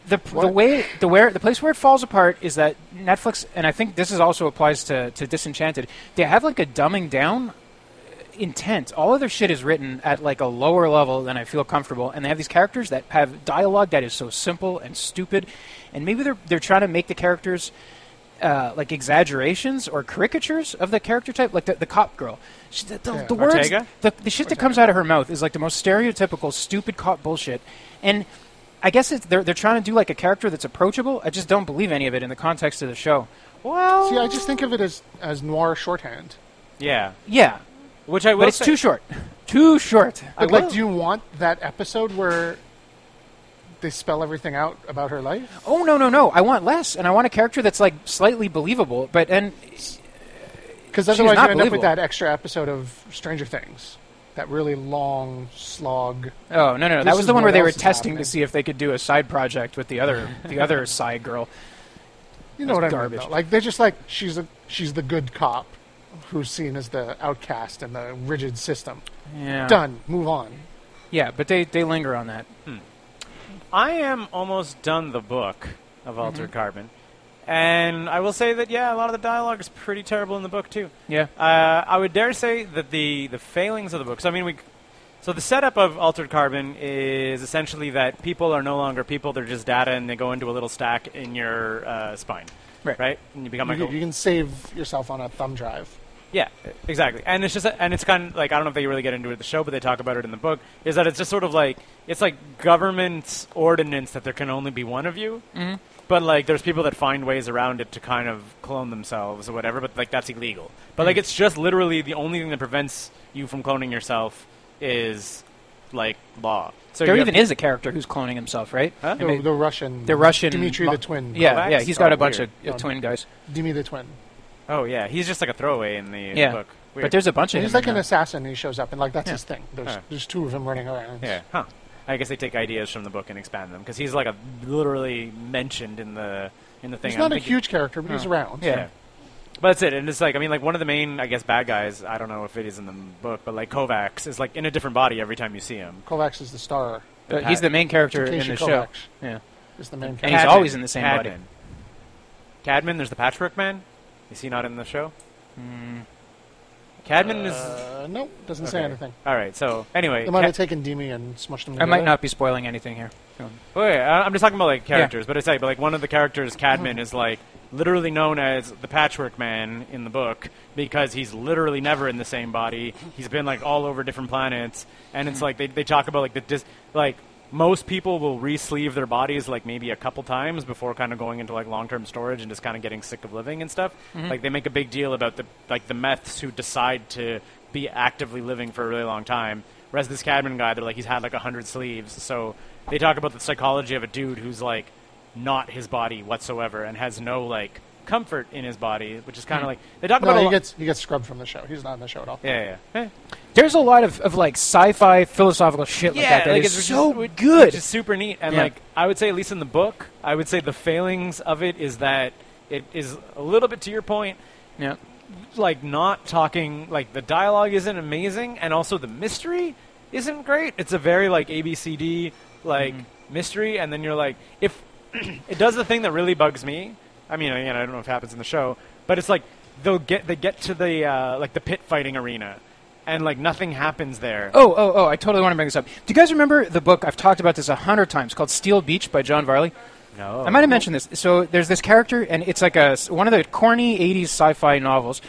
Speaker 4: the, the way the where the place where it falls apart is that Netflix, and I think this is also applies to to Disenchanted. They have like a dumbing down uh, intent. All of their shit is written at like a lower level than I feel comfortable, and they have these characters that have dialogue that is so simple and stupid, and maybe they're they're trying to make the characters uh, like exaggerations or caricatures of the character type, like the, the cop girl. She, the, the,
Speaker 2: Yeah.
Speaker 4: the words,
Speaker 3: Ortega?
Speaker 4: the, the shit that comes out of her mouth is like the most stereotypical stupid cop bullshit, and. I guess it's, they're, they're trying to do like a character that's approachable. I just don't believe any of it in the context of the show.
Speaker 3: Well,
Speaker 2: See, I just think of it as as noir shorthand.
Speaker 3: yeah.
Speaker 4: Yeah,
Speaker 3: Which I will
Speaker 4: but it's
Speaker 3: say-
Speaker 4: too short. Too short.
Speaker 2: But like, do you want that episode where they spell everything out about her life.
Speaker 4: Oh no no no! I want less, and I want a character that's like slightly believable. But and
Speaker 2: Because otherwise, you
Speaker 4: not
Speaker 2: end up with
Speaker 4: believable.
Speaker 2: that extra episode of Stranger Things, that really long slog.
Speaker 4: oh no no, no.
Speaker 2: This
Speaker 4: that was
Speaker 2: is
Speaker 4: the one where
Speaker 2: what
Speaker 4: they
Speaker 2: else
Speaker 4: were
Speaker 2: is
Speaker 4: testing
Speaker 2: happening.
Speaker 4: to see if they could do a side project with the other the other side girl.
Speaker 2: You know what
Speaker 4: That's
Speaker 2: I
Speaker 4: garbage.
Speaker 2: mean? Though. Like they're just like she's a she's the good cop, who's seen as the outcast in the rigid system.
Speaker 4: Yeah.
Speaker 2: Done. Move on.
Speaker 4: Yeah, but they they linger on that.
Speaker 3: I am almost done the book of Altered Carbon, and I will say that yeah, a lot of the dialogue is pretty terrible in the book too.
Speaker 4: Yeah.
Speaker 3: Uh, I would dare say that the the failings of the book. So I mean, we. So the setup of Altered Carbon is essentially that people are no longer people; they're just data, and they go into a little stack in your uh, spine,
Speaker 4: Right.
Speaker 3: And you become
Speaker 2: You,
Speaker 3: like a,
Speaker 2: you can save yourself on a thumb drive.
Speaker 3: yeah, exactly. And it's just and it's kind of like I don't know if they really get into it in the show, but they talk about it in the book. Is that it's just sort of like it's like government's ordinance that there can only be one of you. Mm-hmm. But like, there's people that find ways around it to kind of clone themselves or whatever. But like, that's illegal. But
Speaker 4: Mm-hmm.
Speaker 3: like, it's just literally the only thing that prevents you from cloning yourself is like law. So
Speaker 4: There
Speaker 3: you
Speaker 4: even
Speaker 3: have-
Speaker 4: is a character who's cloning himself, right?
Speaker 3: Huh?
Speaker 2: The, the Russian,
Speaker 4: The Russian
Speaker 2: Dimitri
Speaker 4: mo-
Speaker 2: the twin.
Speaker 4: Yeah,
Speaker 3: Kovacs?
Speaker 4: yeah, he's got
Speaker 3: Oh,
Speaker 4: a bunch
Speaker 3: weird.
Speaker 4: of uh, twin guys.
Speaker 2: Dimi the twin.
Speaker 3: oh yeah, he's just like a throwaway in the,
Speaker 4: yeah,
Speaker 3: book. Weird.
Speaker 4: but there's a bunch of
Speaker 2: he's
Speaker 4: him
Speaker 2: like
Speaker 4: in
Speaker 2: an
Speaker 4: there.
Speaker 2: assassin. and He shows up and like that's
Speaker 4: Yeah.
Speaker 2: his thing. There's
Speaker 3: Huh.
Speaker 2: there's two of them running around.
Speaker 3: Yeah. Huh. I guess they take ideas from the book and expand them because he's like a literally mentioned in the in the thing.
Speaker 2: He's
Speaker 3: I'm
Speaker 2: not a
Speaker 3: thinking-
Speaker 2: huge character, but he's around.
Speaker 3: Yeah. But that's it, and it's like I mean, like one of the main, I guess, bad guys. I don't know if it is in the book, but like Kovacs is like in a different body every time you see him.
Speaker 2: Kovacs is the star.
Speaker 4: Uh, he's the main character in
Speaker 2: Takeshi
Speaker 4: the
Speaker 2: Kovacs
Speaker 4: show. Yeah,
Speaker 2: is the main
Speaker 4: And he's
Speaker 2: character.
Speaker 3: Cadman.
Speaker 4: always in the same body.
Speaker 3: Cadman. Cadman, there's the Patchwork Man. Is he not in the show?
Speaker 4: Hmm.
Speaker 3: Cadman is
Speaker 2: Uh, nope, doesn't say
Speaker 3: Okay.
Speaker 2: anything.
Speaker 3: all right. So anyway,
Speaker 2: They might
Speaker 3: Ca-
Speaker 2: have taken Demi and smushed him.
Speaker 4: I
Speaker 2: Together.
Speaker 4: might not be spoiling anything here.
Speaker 3: Wait, wait, I- I'm just talking about like characters, but it's like, but like one of the characters, Cadman, is like literally known as the Patchwork Man in the book because he's literally never in the same body. He's been like all over different planets, and it's like they they talk about like the dis- like most people will re-sleeve their bodies like maybe a couple times before kind of going into like long-term storage and just kind of getting sick of living and stuff. Like they make a big deal about the like the meths who decide to be actively living for a really long time. Whereas this Cadman guy, they're like he's had like hundred sleeves, so they talk about the psychology of a dude who's like not his body whatsoever and has no like comfort in his body, which is
Speaker 4: Hmm.
Speaker 3: kind of like they talk about.
Speaker 2: No,
Speaker 3: a
Speaker 2: he
Speaker 3: lo-
Speaker 2: gets he gets scrubbed from the show. He's not in the show at all.
Speaker 3: yeah, yeah,
Speaker 4: There's a lot of, of like sci-fi philosophical shit like that that is
Speaker 3: which
Speaker 4: so
Speaker 3: which-
Speaker 4: good.
Speaker 3: which is super neat. And
Speaker 4: Yeah.
Speaker 3: like I would say, at least in the book, I would say the failings of it is that it is a little bit to your point,
Speaker 4: yeah.
Speaker 3: like not talking like the dialogue isn't amazing and also the mystery isn't great it's a very like abcd like mystery and then you're like if it does the thing that really bugs me i mean again i don't know if it happens in the show but it's like they'll get they get to the uh, like the pit fighting arena and like nothing happens there
Speaker 4: Oh, oh, oh! I totally want to bring this up. Do you guys remember the book? I've talked about this a hundred times. Called Steel Beach by John Varley.
Speaker 3: no
Speaker 4: I might have mentioned this. So there's this character, and it's like a one of the corny '80s sci-fi novels.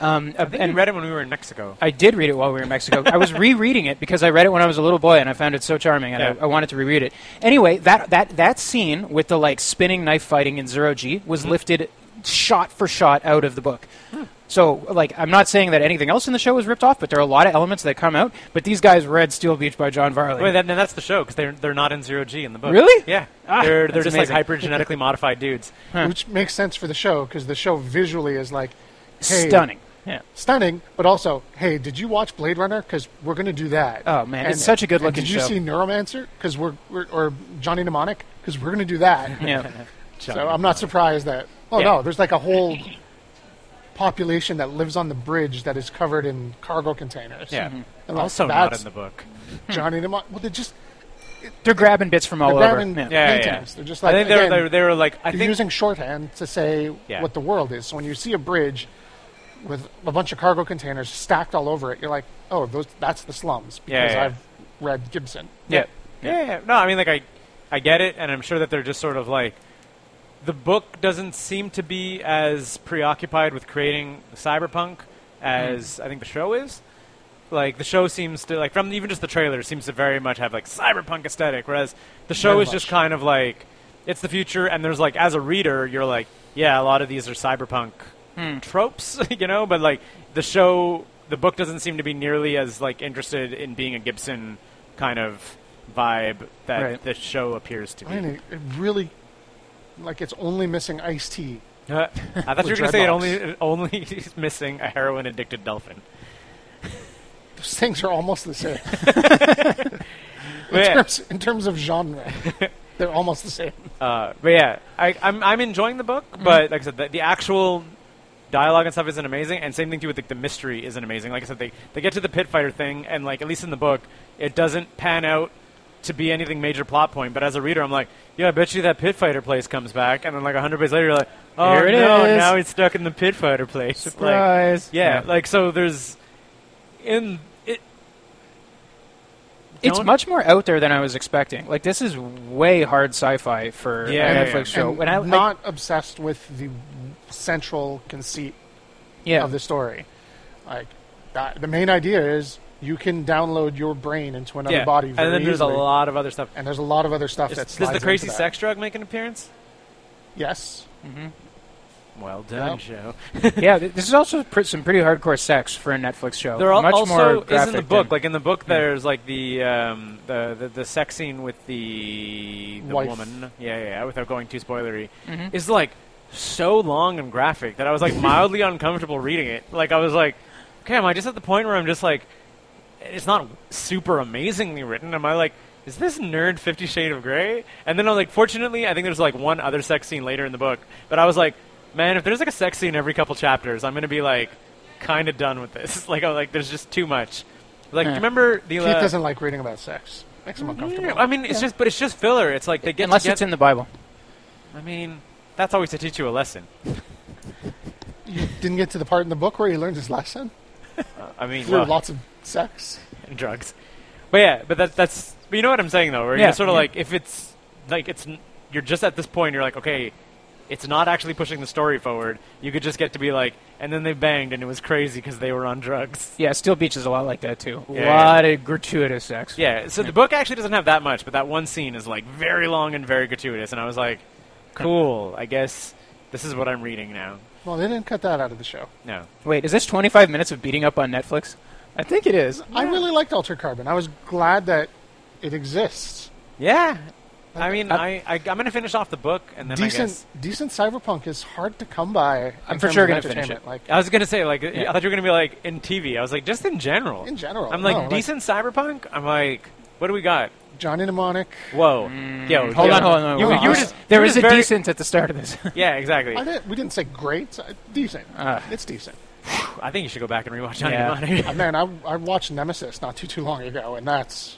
Speaker 4: Um,
Speaker 3: I think
Speaker 4: and
Speaker 3: we read it when we were in mexico
Speaker 4: I did read it while we were in Mexico. I was rereading it because I read it when I was a little boy, and I found it so charming, and
Speaker 3: Yeah.
Speaker 4: I, I wanted to reread it. Anyway, that that that scene with the like spinning knife fighting in zero G was lifted shot for shot out of the book. So, like, I'm not saying that anything else in the show was ripped off, but there are a lot of elements that come out. But these guys read Steel Beach by John Varley.
Speaker 3: Wait, that, no, that's the show because they're they're not in zero G in the book.
Speaker 4: Really?
Speaker 3: Yeah,
Speaker 4: Ah,
Speaker 3: they're they're
Speaker 4: that's
Speaker 3: just
Speaker 4: amazing.
Speaker 3: like hyper genetically modified dudes.
Speaker 2: Which makes sense for the show because the show visually is like hey,
Speaker 4: Stunning. Yeah.
Speaker 2: stunning, but also hey, did you watch Blade Runner? Because we're gonna do that.
Speaker 4: Oh, man, it's such a good
Speaker 2: and
Speaker 4: looking
Speaker 2: Did you
Speaker 4: show.
Speaker 2: see Neuromancer? Because we're, we're or Johnny Mnemonic? Because we're gonna do that.
Speaker 4: Yeah.
Speaker 2: So I'm not surprised that. Oh
Speaker 4: Yeah.
Speaker 2: no, there's like a whole population that lives on the bridge that is covered in cargo containers.
Speaker 3: Yeah,
Speaker 4: Mm-hmm.
Speaker 2: And like,
Speaker 3: also not
Speaker 2: that's
Speaker 3: in the book.
Speaker 2: Johnny Mnemonic. Well, they just
Speaker 4: They're grabbing bits from all
Speaker 2: they're
Speaker 4: over.
Speaker 2: grabbing
Speaker 4: Yeah.
Speaker 3: Yeah, yeah,
Speaker 2: paintings.
Speaker 3: yeah.
Speaker 2: They're just like
Speaker 3: I think
Speaker 2: again,
Speaker 3: they were, they, were like I
Speaker 2: you're
Speaker 3: think
Speaker 2: using shorthand to say
Speaker 3: Yeah.
Speaker 2: what the world is. So when you see a bridge with a bunch of cargo containers stacked all over it, you're like, oh, those that's the slums
Speaker 3: Yeah,
Speaker 2: because
Speaker 3: yeah, yeah.
Speaker 2: I've read Gibson.
Speaker 4: yeah.
Speaker 3: yeah, yeah. No, I mean like I I get it, and I'm sure that they're just sort of like the book doesn't seem to be as preoccupied with creating cyberpunk as
Speaker 2: Hmm.
Speaker 3: I think the show is. Like the show seems to like from even just the trailer seems to very much have like cyberpunk aesthetic, whereas the show
Speaker 2: Very
Speaker 3: is just
Speaker 2: much.
Speaker 3: kind of like it's the future, and there's like as a reader you're like yeah a lot of these are cyberpunk tropes, you know, but like the show the book doesn't seem to be nearly as like interested in being a Gibson kind of vibe that
Speaker 4: Right.
Speaker 3: the show appears to be.
Speaker 2: I mean, it, it really, like, it's only missing iced tea.
Speaker 3: Uh, I thought you were
Speaker 2: With
Speaker 3: going to say it
Speaker 2: dreadlocks.
Speaker 3: only it only is missing a heroin addicted dolphin.
Speaker 2: Those things are almost the same. in,
Speaker 3: Yeah.
Speaker 2: terms, in terms of genre, they're almost the same.
Speaker 3: Uh, but yeah, I, I'm I'm enjoying the book,
Speaker 4: Mm-hmm.
Speaker 3: but like I said, the, the actual dialogue and stuff isn't amazing, and same thing too with like the mystery isn't amazing. Like I said, they they get to the pit fighter thing, and like at least in the book, it doesn't pan out to be anything major plot point. But as a reader, I'm like, yeah, I bet you that pit fighter place comes back, and then like hundred pages later, you're like, oh
Speaker 4: Here it
Speaker 3: no,
Speaker 4: is.
Speaker 3: now he's stuck in the pit fighter place. Like,
Speaker 4: Surprise.
Speaker 3: Yeah, like so. There's in it.
Speaker 4: it's
Speaker 3: don't-
Speaker 4: much more out there than I was expecting. Like this is way hard sci-fi
Speaker 3: Yeah,
Speaker 4: for a
Speaker 3: yeah,
Speaker 4: Netflix
Speaker 3: yeah.
Speaker 4: show.
Speaker 2: and
Speaker 4: And I, I-
Speaker 2: not obsessed with the central conceit
Speaker 4: yeah,
Speaker 2: of the story. Like, that, the main idea is you can download your brain into another
Speaker 3: yeah.
Speaker 2: body.
Speaker 3: and
Speaker 2: very
Speaker 3: then there's a
Speaker 2: easily.
Speaker 3: lot of other stuff.
Speaker 2: And there's a lot of other stuff
Speaker 3: Is-
Speaker 2: that's.
Speaker 3: does the crazy sex drug make an appearance?
Speaker 2: Yes.
Speaker 3: Well done,
Speaker 2: Yep.
Speaker 3: Joe.
Speaker 4: yeah. th- This is also pr- some pretty hardcore sex for a Netflix show.
Speaker 3: There are
Speaker 4: much more
Speaker 3: also is in
Speaker 4: graphic
Speaker 3: the book.
Speaker 4: than-
Speaker 3: Like in the book, there's like the um, the, the the sex scene with the the
Speaker 2: Wife.
Speaker 3: woman. Yeah, yeah, yeah. Without going too spoilery, is like so long and graphic that I was like mildly uncomfortable reading it. Like I was like, okay, am I just at the point where I'm just like, it's not super amazingly written. Am I like? Is this nerd Fifty Shade of Grey? And then I was like, fortunately, I think there's like one other sex scene later in the book. But I was like, man, if there's like a sex scene every couple chapters, I'm gonna be like, kind of done with this. Like, I'm like, there's just too much. Like, do you
Speaker 4: Yeah.
Speaker 3: remember the?
Speaker 2: Keith
Speaker 3: uh, Mm,
Speaker 2: doesn't like reading about sex. Makes him uncomfortable.
Speaker 3: I mean, it's just, but it's just filler. It's like they get
Speaker 4: unless
Speaker 3: together-
Speaker 4: it's in the Bible.
Speaker 3: I mean, that's always to teach you a lesson.
Speaker 2: Didn't get to the part in the book where he learned his lesson
Speaker 3: I mean,
Speaker 2: through
Speaker 3: well,
Speaker 2: lots of sex.
Speaker 3: and drugs. But yeah, but that, that's but you know what I'm saying though. Where
Speaker 4: Yeah,
Speaker 3: you're sort of
Speaker 4: yeah.
Speaker 3: like if it's like it's n- you're just at this point you're like okay, it's not actually pushing the story forward. You could just get to be like and then they banged and it was crazy because they were on drugs.
Speaker 4: Yeah, Steel Beach is a lot like that too. A
Speaker 3: Yeah, yeah.
Speaker 4: lot of gratuitous sex.
Speaker 3: Yeah, so the book actually doesn't have that much, but that one scene is like very long and very gratuitous, and I was like, cool. I guess this is what I'm reading now.
Speaker 2: Well, they didn't cut that out of the show.
Speaker 3: No,
Speaker 4: Wait, is this 25 minutes of beating up on Netflix? I think it is.
Speaker 2: I really liked Altered Carbon. I was glad that it exists.
Speaker 3: yeah. I mean, I, I I'm gonna finish off the book and then I
Speaker 2: decent,
Speaker 3: guess
Speaker 2: decent cyberpunk is hard to come by. in
Speaker 4: I'm for
Speaker 2: terms
Speaker 4: sure
Speaker 2: of
Speaker 4: gonna finish
Speaker 2: entertainment.
Speaker 4: it.
Speaker 2: Like
Speaker 3: I was gonna say like I thought you were gonna be like in TV. I was like just in general.
Speaker 2: In general,
Speaker 3: I'm like
Speaker 2: no, like-
Speaker 3: decent cyberpunk. I'm like, what do we got?
Speaker 2: Johnny Mnemonic.
Speaker 3: Whoa, yo,
Speaker 4: Mm. Hold
Speaker 3: yo.
Speaker 4: on, hold on.
Speaker 3: You,
Speaker 4: hold on.
Speaker 3: you were just
Speaker 4: there
Speaker 3: you were
Speaker 4: is
Speaker 3: just
Speaker 4: a
Speaker 3: very-
Speaker 4: decent at the start of this.
Speaker 3: Yeah, exactly.
Speaker 2: I didn't, we didn't say great. uh, Decent.
Speaker 4: Ah.
Speaker 2: it's decent.
Speaker 3: I think you should go back and rewatch Johnny
Speaker 4: Yeah.
Speaker 3: Mnemonic.
Speaker 2: And then Uh, I, I watched Nemesis not too too long ago, and that's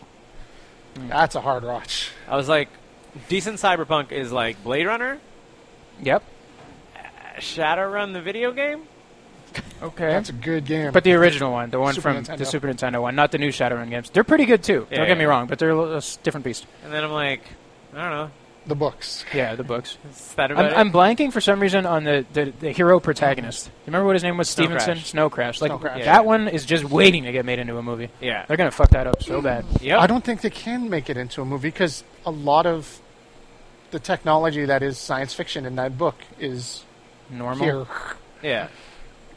Speaker 2: that's a hard watch.
Speaker 3: I was like, decent cyberpunk is like Blade Runner,
Speaker 4: yep.
Speaker 3: Shadowrun, the video game.
Speaker 4: Okay.
Speaker 2: That's a good game.
Speaker 4: But the original one, the one
Speaker 2: Super
Speaker 4: from the
Speaker 2: Nintendo.
Speaker 4: Super Nintendo one, not the new Shadowrun games. They're pretty good too.
Speaker 3: Yeah,
Speaker 4: don't get me
Speaker 3: yeah.
Speaker 4: wrong, but they're a little- a s- different beast.
Speaker 3: And then I'm like, I don't know.
Speaker 2: the books.
Speaker 4: Yeah, the books.
Speaker 3: Is that about
Speaker 4: I'm,
Speaker 3: it?
Speaker 4: I'm blanking for some reason on the, the, the hero protagonist. You remember what his name was?
Speaker 3: Snow
Speaker 4: Stevenson?
Speaker 3: Crash.
Speaker 4: Snow Crash. Like
Speaker 2: Snow Crash.
Speaker 4: that
Speaker 3: Yeah.
Speaker 4: one is just waiting to get made into a movie.
Speaker 3: yeah.
Speaker 4: They're gonna fuck that up so bad.
Speaker 3: Yep.
Speaker 2: I don't think they can make it into a movie because a lot of the technology that is science fiction in that book is
Speaker 4: Normal.
Speaker 2: here.
Speaker 3: Yeah.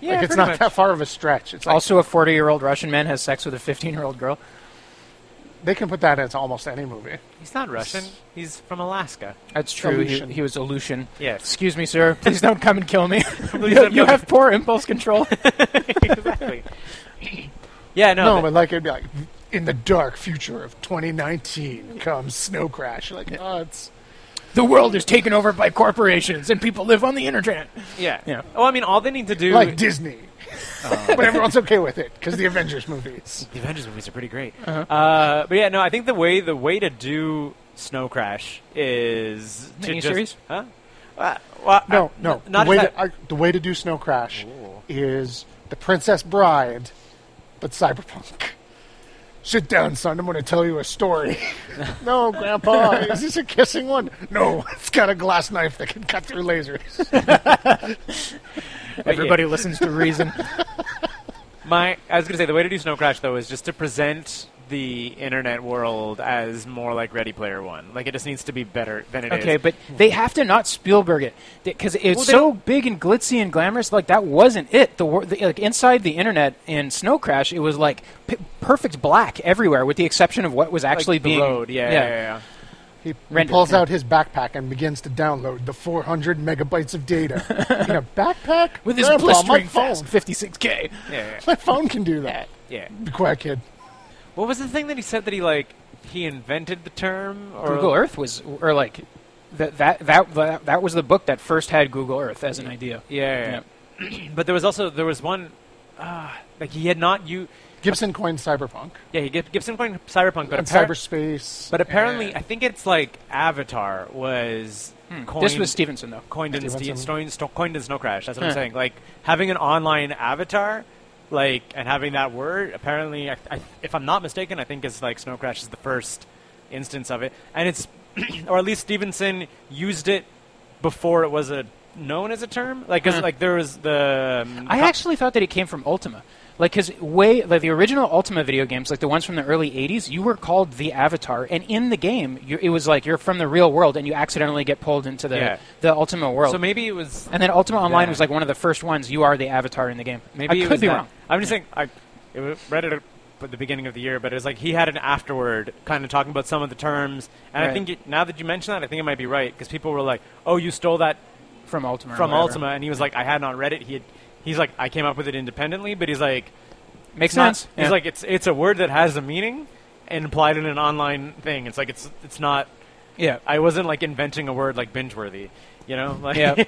Speaker 3: Yeah.
Speaker 2: like it's
Speaker 3: pretty
Speaker 2: not
Speaker 3: much.
Speaker 2: that far of a stretch. It's like
Speaker 4: Also, a 40 year old Russian man has sex with a 15 year old girl.
Speaker 2: they can put that into almost any movie.
Speaker 3: He's not Russian. He's from Alaska.
Speaker 4: That's true. He,
Speaker 2: Aleutian.
Speaker 4: he was Aleutian.
Speaker 3: Yes.
Speaker 4: Excuse me, sir. Please don't come and kill me.
Speaker 3: Please
Speaker 4: you
Speaker 3: don't
Speaker 4: you
Speaker 3: come.
Speaker 4: have poor impulse control.
Speaker 3: exactly. Yeah.
Speaker 2: No,
Speaker 3: No.
Speaker 2: but like it'd be like in the dark future of 2019 comes Snow Crash. Like oh, it's
Speaker 4: the world is taken over by corporations and people live on the internet.
Speaker 3: but- yeah.
Speaker 4: Yeah.
Speaker 3: Well, I mean, all they need to do.
Speaker 2: like Disney, but everyone's okay with it because the Avengers movies.
Speaker 3: The Avengers movies are pretty great. Uh, but yeah, no, I think the way the way to do Snow Crash is to just-
Speaker 4: Miniseries?
Speaker 3: huh? Uh, well,
Speaker 2: No,
Speaker 3: I-
Speaker 2: no.
Speaker 3: not
Speaker 2: the, way
Speaker 3: just
Speaker 2: to, I, the way to do Snow Crash is the Princess Bride, but cyberpunk. Sit down, son. I'm going to tell you a story. no, Grandpa. is this a kissing one? No, it's got a glass knife that can cut through lasers.
Speaker 3: yeah.
Speaker 4: Everybody listens to reason.
Speaker 3: My, I was gonna say the way to do Snow Crash though is just to present the internet world as more like Ready Player One. Like it just needs to be better than it is.
Speaker 4: Okay, but they have to not Spielberg it because it's
Speaker 3: Well, they
Speaker 4: so big and glitzy and glamorous. Like that wasn't it. The, wor- the like inside the internet in Snow Crash, it was like p- perfect black everywhere, with the exception of what was
Speaker 3: Like
Speaker 4: actually
Speaker 3: the
Speaker 4: being
Speaker 3: road. Yeah, yeah, yeah.
Speaker 2: He, he
Speaker 4: Render,
Speaker 2: pulls
Speaker 4: yeah.
Speaker 2: out his backpack and begins to download the 400 megabytes of data in a backpack
Speaker 4: with his
Speaker 2: Grandpa,
Speaker 4: blistering
Speaker 2: My phone,
Speaker 4: fast 56k.
Speaker 3: yeah. yeah, yeah,
Speaker 2: my phone can do that.
Speaker 3: yeah.
Speaker 2: Be quiet, kid.
Speaker 3: What was the thing that he said that he like he invented the term or
Speaker 4: Google Earth was, or like that that that that, that was the book that first had Google Earth as an idea.
Speaker 3: Yeah, yeah, yeah. but there was also there was one uh, like he had not you
Speaker 2: Gibson coined cyberpunk
Speaker 3: yeah he Gib- Gibson coined cyberpunk but
Speaker 2: and
Speaker 3: appar-
Speaker 2: cyberspace.
Speaker 3: but apparently
Speaker 2: and-
Speaker 3: I think it's like Avatar was coined,
Speaker 4: Hmm. This was Stevenson though.
Speaker 3: coined in Ste-
Speaker 2: Stevenson.
Speaker 3: Stone- Sto- coined in Snow Crash. That's what I'm
Speaker 4: Huh.
Speaker 3: saying. Like having an online avatar. Like and having that word, apparently, I, I, if I'm not mistaken, I think is like Snow Crash is the first instance of it, and it's, or at least Stevenson used it before it was a known as a term. Like, 'cause,
Speaker 4: Huh.
Speaker 3: like there was the um,
Speaker 4: I
Speaker 3: co-
Speaker 4: actually thought that it came from Ultima. Like, because way, like the original Ultima video games, like the ones from the early 80s, you were called the Avatar. And in the game, you, it was like you're from the real world and you accidentally get pulled into the,
Speaker 3: Yeah.
Speaker 4: the Ultima world.
Speaker 3: So maybe it was.
Speaker 4: and then Ultima Online
Speaker 3: Yeah.
Speaker 4: was like one of the first ones. You are the Avatar in the game.
Speaker 3: Maybe
Speaker 4: I
Speaker 3: it
Speaker 4: could
Speaker 3: was
Speaker 4: be
Speaker 3: that.
Speaker 4: wrong.
Speaker 3: I'm just saying. I it was read it at the beginning of the year, but it was like he had an afterword kind of talking about some of the terms. And I
Speaker 4: Right.
Speaker 3: think it, now that you mention that, I think it might be right because people were like, "Oh, you stole that
Speaker 4: From Ultima. or
Speaker 3: from
Speaker 4: whatever.
Speaker 3: Ultima," and he was like, "I had not read it." He had, he's like, "I came up with it independently," but he's like,
Speaker 4: Makes
Speaker 3: it's not-
Speaker 4: sense.
Speaker 3: He's
Speaker 4: Yeah.
Speaker 3: like, "It's it's a word that has a meaning and implied in an online thing." It's like it's it's not.
Speaker 4: yeah.
Speaker 3: I wasn't like inventing a word like binge-worthy, you know? Like,
Speaker 4: Yeah.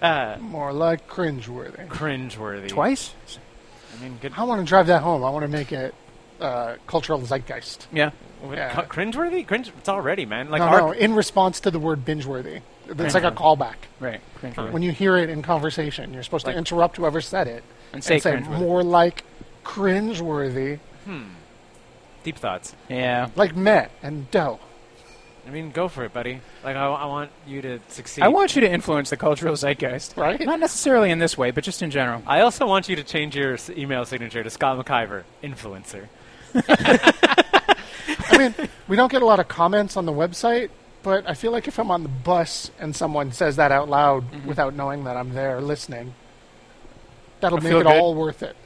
Speaker 3: uh,
Speaker 2: more like cringeworthy.
Speaker 3: cringe-worthy.
Speaker 4: Twice?
Speaker 3: I mean, good.
Speaker 2: I want to drive that home. I want to make it uh, cultural zeitgeist.
Speaker 4: Yeah.
Speaker 2: Yeah.
Speaker 3: Cu- Cringeworthy? Cringe? It's already, man. Like
Speaker 2: no,
Speaker 3: our-
Speaker 2: no. In response to the word bingeworthy, it's like a
Speaker 4: Cringeworthy.
Speaker 2: callback.
Speaker 4: Right. Cringeworthy.
Speaker 2: When you hear it in conversation, you're supposed
Speaker 4: Like-
Speaker 2: to interrupt whoever said it
Speaker 4: And say cringeworthy.
Speaker 2: more like cringeworthy,
Speaker 3: deep thoughts.
Speaker 4: Yeah.
Speaker 2: like Met and Doe.
Speaker 3: I mean, go for it, buddy. Like, I, I want you to succeed.
Speaker 4: I want you to influence the cultural zeitgeist.
Speaker 2: Right?
Speaker 4: Not necessarily in this way, but just in general.
Speaker 3: I also want you to change your s- email signature to Scott McIver, influencer.
Speaker 2: I mean, we don't get a lot of comments on the website, but I feel like if I'm on the bus and someone says that out loud without knowing that I'm there listening, that'll
Speaker 3: I
Speaker 2: make
Speaker 3: feel
Speaker 2: it
Speaker 3: good.
Speaker 2: all worth it.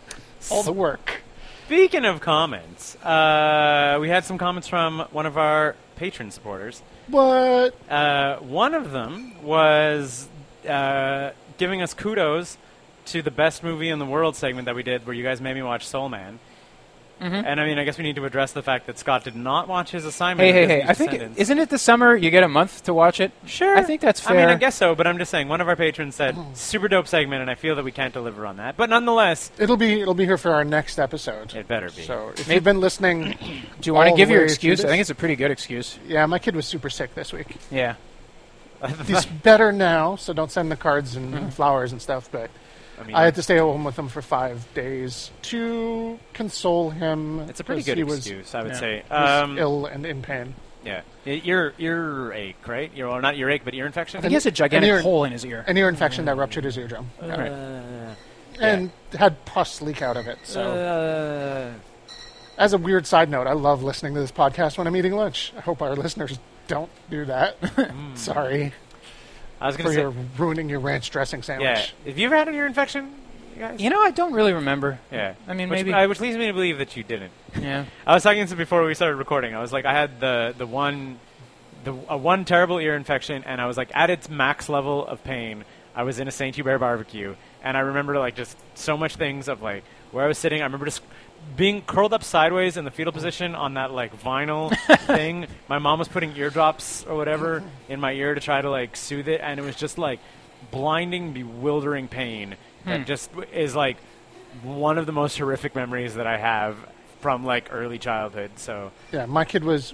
Speaker 2: All the work.
Speaker 3: Speaking of comments, uh, we had some comments from one of our patron supporters.
Speaker 2: But
Speaker 3: Uh, one of them was uh, giving us kudos to the best movie in the world segment that we did, where you guys made me watch Soul Man. And I mean, I guess we need to address the fact that Scott did not watch his assignment.
Speaker 4: Hey, hey,
Speaker 3: of
Speaker 4: hey!
Speaker 3: Disney's
Speaker 4: I think
Speaker 3: Descendants.
Speaker 4: isn't it the summer? You get a month to watch it.
Speaker 3: Sure.
Speaker 4: I think that's fair. Oh.
Speaker 3: I mean, I guess so, but I'm just saying, one of our patrons said, super dope segment, and I feel that we can't deliver on that. But nonetheless,
Speaker 2: it'll be it'll be here for our next episode.
Speaker 3: it better be.
Speaker 2: So if
Speaker 4: Maybe-
Speaker 2: you've been listening,
Speaker 4: Do you want
Speaker 2: all
Speaker 4: to give
Speaker 2: the
Speaker 4: your
Speaker 2: way through
Speaker 4: excuse? I
Speaker 2: this?
Speaker 4: think it's a pretty good excuse.
Speaker 2: yeah, my kid was super sick this week.
Speaker 4: Yeah.
Speaker 2: He's better now, so don't send the cards and
Speaker 3: Mm-hmm.
Speaker 2: flowers and stuff. But
Speaker 3: I mean,
Speaker 2: I had to stay home with him for five days to console him.
Speaker 3: it's a pretty
Speaker 2: 'cause
Speaker 3: good
Speaker 2: he was-
Speaker 3: excuse, I would
Speaker 4: yeah.
Speaker 3: say.
Speaker 2: he was
Speaker 3: Um,
Speaker 2: ill and in pain.
Speaker 3: yeah. E- Ear, ear ache, right? Ear, well, not ear ache, but ear infection?
Speaker 4: He has a gigantic
Speaker 2: you're-
Speaker 4: hole in his ear.
Speaker 2: An ear infection that ruptured his eardrum.
Speaker 3: Uh,
Speaker 4: Alright.
Speaker 2: and had pus leak out of it. So,
Speaker 3: uh,
Speaker 2: as a weird side note, I love listening to this podcast when I'm eating lunch. I hope our listeners don't do that.
Speaker 3: Hmm.
Speaker 2: Sorry
Speaker 3: I was going
Speaker 2: for
Speaker 3: to
Speaker 2: your
Speaker 3: say,
Speaker 2: ruining your ranch dressing
Speaker 3: yeah.
Speaker 2: sandwich.
Speaker 3: Have you ever had an ear infection, you guys?
Speaker 4: You know, I don't really remember.
Speaker 3: Yeah.
Speaker 4: I mean,
Speaker 3: Which-
Speaker 4: maybe.
Speaker 3: uh, which leads me to believe that you didn't.
Speaker 4: yeah.
Speaker 3: I was talking to before we started recording. I was like, I had the the one, the uh, one terrible ear infection, and I was like at its max level of pain. I was in a Saint Hubert barbecue, and I remember like just so much things of like where I was sitting. I remember just being curled up sideways in the fetal position on that like vinyl thing. My mom was putting eardrops or whatever in my ear to try to like soothe it, and it was just like blinding, bewildering pain that just w- is like one of the most horrific memories that I have from like early childhood. So
Speaker 2: Yeah. my kid was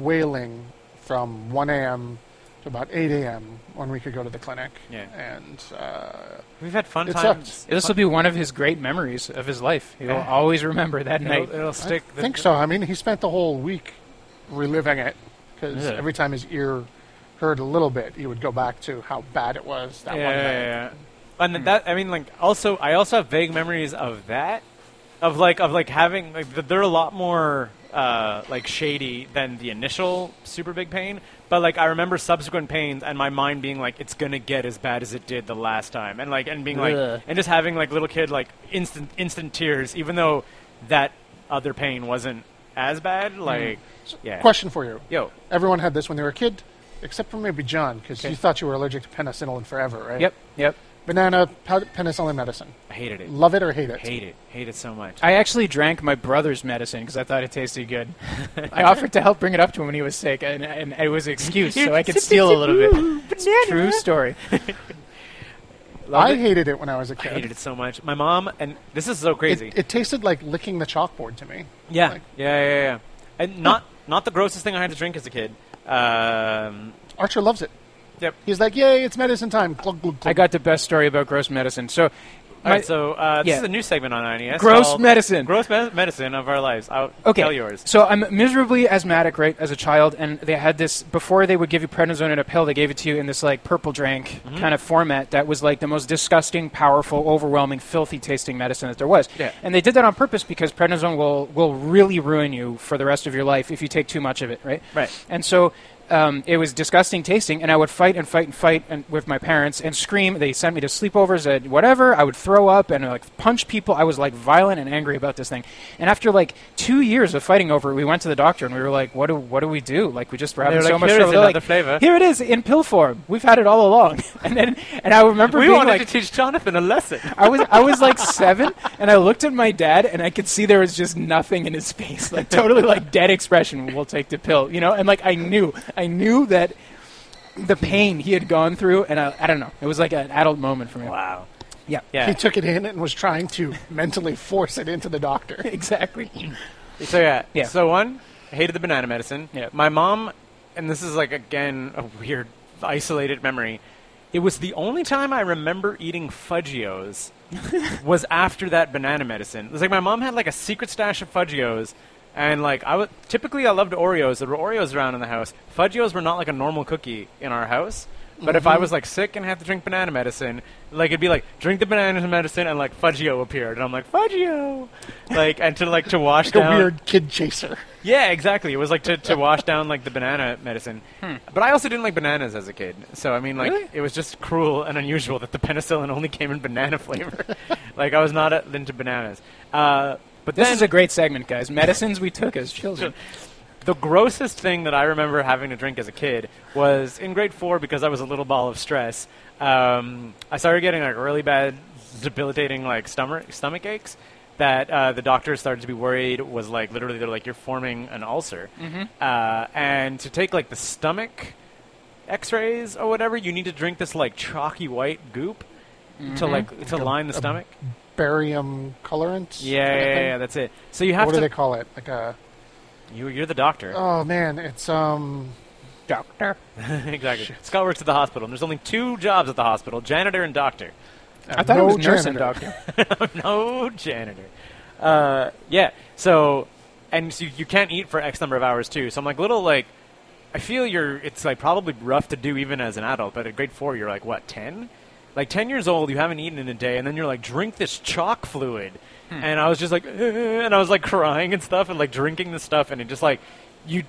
Speaker 2: wailing from 1 a.m. to about 8 a.m. when we could go to the clinic.
Speaker 3: Yeah.
Speaker 2: And uh,
Speaker 3: we've had fun
Speaker 2: It
Speaker 3: times.
Speaker 2: sucked.
Speaker 4: This will be one of his great memories of his life. He'll
Speaker 3: Yeah.
Speaker 4: always remember that night.
Speaker 3: It'll, it'll stick.
Speaker 2: I think so. I mean, he spent the whole week reliving it because
Speaker 3: Yeah.
Speaker 2: every time his ear hurt a little bit, he would go back to how bad it was that
Speaker 3: Yeah,
Speaker 2: one
Speaker 3: yeah,
Speaker 2: night.
Speaker 3: yeah. And th- that I mean, like also I also have vague memories of that, of like of like having like th- they're a lot more uh, like shady than the initial super big pain. But like I remember subsequent pains and my mind being like, it's gonna get as bad as it did the last time, and like and being like
Speaker 4: Ugh.
Speaker 3: and just having like little kid like instant instant tears, even though that other pain wasn't as bad. Like yeah,
Speaker 2: Question for you.
Speaker 3: yo,
Speaker 2: Everyone had this when they were a kid, except for maybe John, because you thought you were allergic to penicillin forever, right?
Speaker 4: Yep, yep.
Speaker 2: Banana pa- penicillin medicine.
Speaker 3: I hated it,
Speaker 2: Love it or hate it?
Speaker 3: hate it, hate it so much.
Speaker 4: I actually drank my brother's medicine because I thought it tasted good. I offered to help bring it up to him when he was sick, and, and it was an excuse, so I could steal a little bit. It's a true story.
Speaker 2: I hated it when I was a
Speaker 3: I
Speaker 2: kid.
Speaker 3: hated it so much. My mom and this is so crazy.
Speaker 2: It, it tasted like licking the chalkboard to me.
Speaker 3: Yeah,
Speaker 2: Like-
Speaker 3: yeah, yeah, yeah. And not not the grossest thing I had to drink as a kid. Um,
Speaker 2: Archer loves it.
Speaker 3: yep.
Speaker 2: He's like, yay, it's medicine time. Glug, glug, glug.
Speaker 4: I got the best story about gross medicine. So,
Speaker 3: All
Speaker 4: my-
Speaker 3: right, so uh, this
Speaker 4: yeah.
Speaker 3: is a new segment on INES.
Speaker 4: Gross
Speaker 3: called
Speaker 4: medicine.
Speaker 3: Gross me- medicine of our lives. I'll
Speaker 4: okay,
Speaker 3: tell yours.
Speaker 4: so I'm miserably asthmatic, right, as a child, and they had this before they would give you prednisone in a pill. They gave it to you in this like purple drink
Speaker 3: Mm-hmm.
Speaker 4: kind of format that was like the most disgusting, powerful, overwhelming, filthy tasting medicine that there was.
Speaker 3: Yeah.
Speaker 4: And they did that on purpose because prednisone will will really ruin you for the rest of your life if you take too much of it, right?
Speaker 3: Right.
Speaker 4: And so um, it was disgusting tasting, and I would fight and fight and fight and, with my parents and scream. They sent me to sleepovers at whatever. I would throw up and like punch people. I was like violent and angry about this thing. And after like two years of fighting over it, we went to the doctor and we were like, "What do what do we do? Like we just were having
Speaker 3: were
Speaker 4: so
Speaker 3: like,
Speaker 4: much
Speaker 3: "Here is
Speaker 4: trouble." They're
Speaker 3: another
Speaker 4: like,
Speaker 3: flavor.
Speaker 4: Here it is in pill form. We've had it all along. and then and I remember
Speaker 3: we
Speaker 4: being
Speaker 3: wanted to
Speaker 4: like,
Speaker 3: teach Jonathan a lesson.
Speaker 4: I was I was like seven, and I looked at my dad, and I could see there was just nothing in his face, like totally like dead expression. We'll take the pill, you know. And like I knew, I knew that the pain he had gone through, and I, I don't know, it was like an adult moment for me.
Speaker 3: Wow.
Speaker 4: Yeah,
Speaker 3: Yeah.
Speaker 2: He took it in and was trying to mentally force it into the doctor.
Speaker 4: exactly.
Speaker 3: So yeah.
Speaker 4: Yeah.
Speaker 3: So one, I hated the banana medicine.
Speaker 4: Yeah.
Speaker 3: My mom, and this is like again a weird isolated memory. It was the only time I remember eating Fudgios was after that banana medicine. It was like my mom had like a secret stash of Fudgios, and like I was typically I loved Oreos. There were Oreos around in the house. Fudgios were not like a normal cookie in our house. But if
Speaker 2: Mm-hmm.
Speaker 3: I was like sick and had to drink banana medicine, like it'd be like drink the banana medicine and like Fudgio appeared, and I'm like Fudgio, like and to like to wash
Speaker 2: Like
Speaker 3: down.
Speaker 2: a weird kid chaser.
Speaker 3: Yeah, exactly. It was like to, to wash down like the banana medicine. But I also didn't like bananas as a kid. So I mean, like
Speaker 4: Hmm. Really?
Speaker 3: it was just cruel and unusual that the penicillin only came in banana flavor. like I was not uh, into bananas. Uh, but
Speaker 4: This
Speaker 3: then
Speaker 4: is a great segment, guys. Medicines we took as children.
Speaker 3: the grossest thing that I remember having to drink as a kid was in grade four because I was a little ball of stress. Um, I started getting like really bad, debilitating like stomach stomach aches that uh, the doctors started to be worried was like literally they're like you're forming an ulcer, uh, and to take like the stomach X-rays or whatever, you need to drink this like chalky white goop to like to line the stomach.
Speaker 2: Barium colorant.
Speaker 3: Yeah,
Speaker 2: kind of
Speaker 3: yeah, yeah,
Speaker 2: thing?
Speaker 3: yeah, that's it. So you have
Speaker 2: What do they
Speaker 3: to.
Speaker 2: call it? Like a.
Speaker 3: You, you're the doctor.
Speaker 2: Oh, man. It's, um. uh,
Speaker 4: Doctor,
Speaker 3: exactly. Scott works at the hospital, and there's only two jobs at the hospital janitor and doctor.
Speaker 4: I thought
Speaker 2: no
Speaker 4: it was nurse and
Speaker 2: janitor.
Speaker 4: doctor.
Speaker 3: no janitor. Uh, yeah, so, and so you can't eat for X number of hours, too. So I'm like, little, like, I feel you're, it's like probably rough to do even as an adult, but at grade four, you're like, what, 10? Like, 10 years old, you haven't eaten in a day, and then you're like, drink this chalk fluid. And I was just like, "Eh," and I was like crying and stuff, and like drinking this stuff, and it just like, you,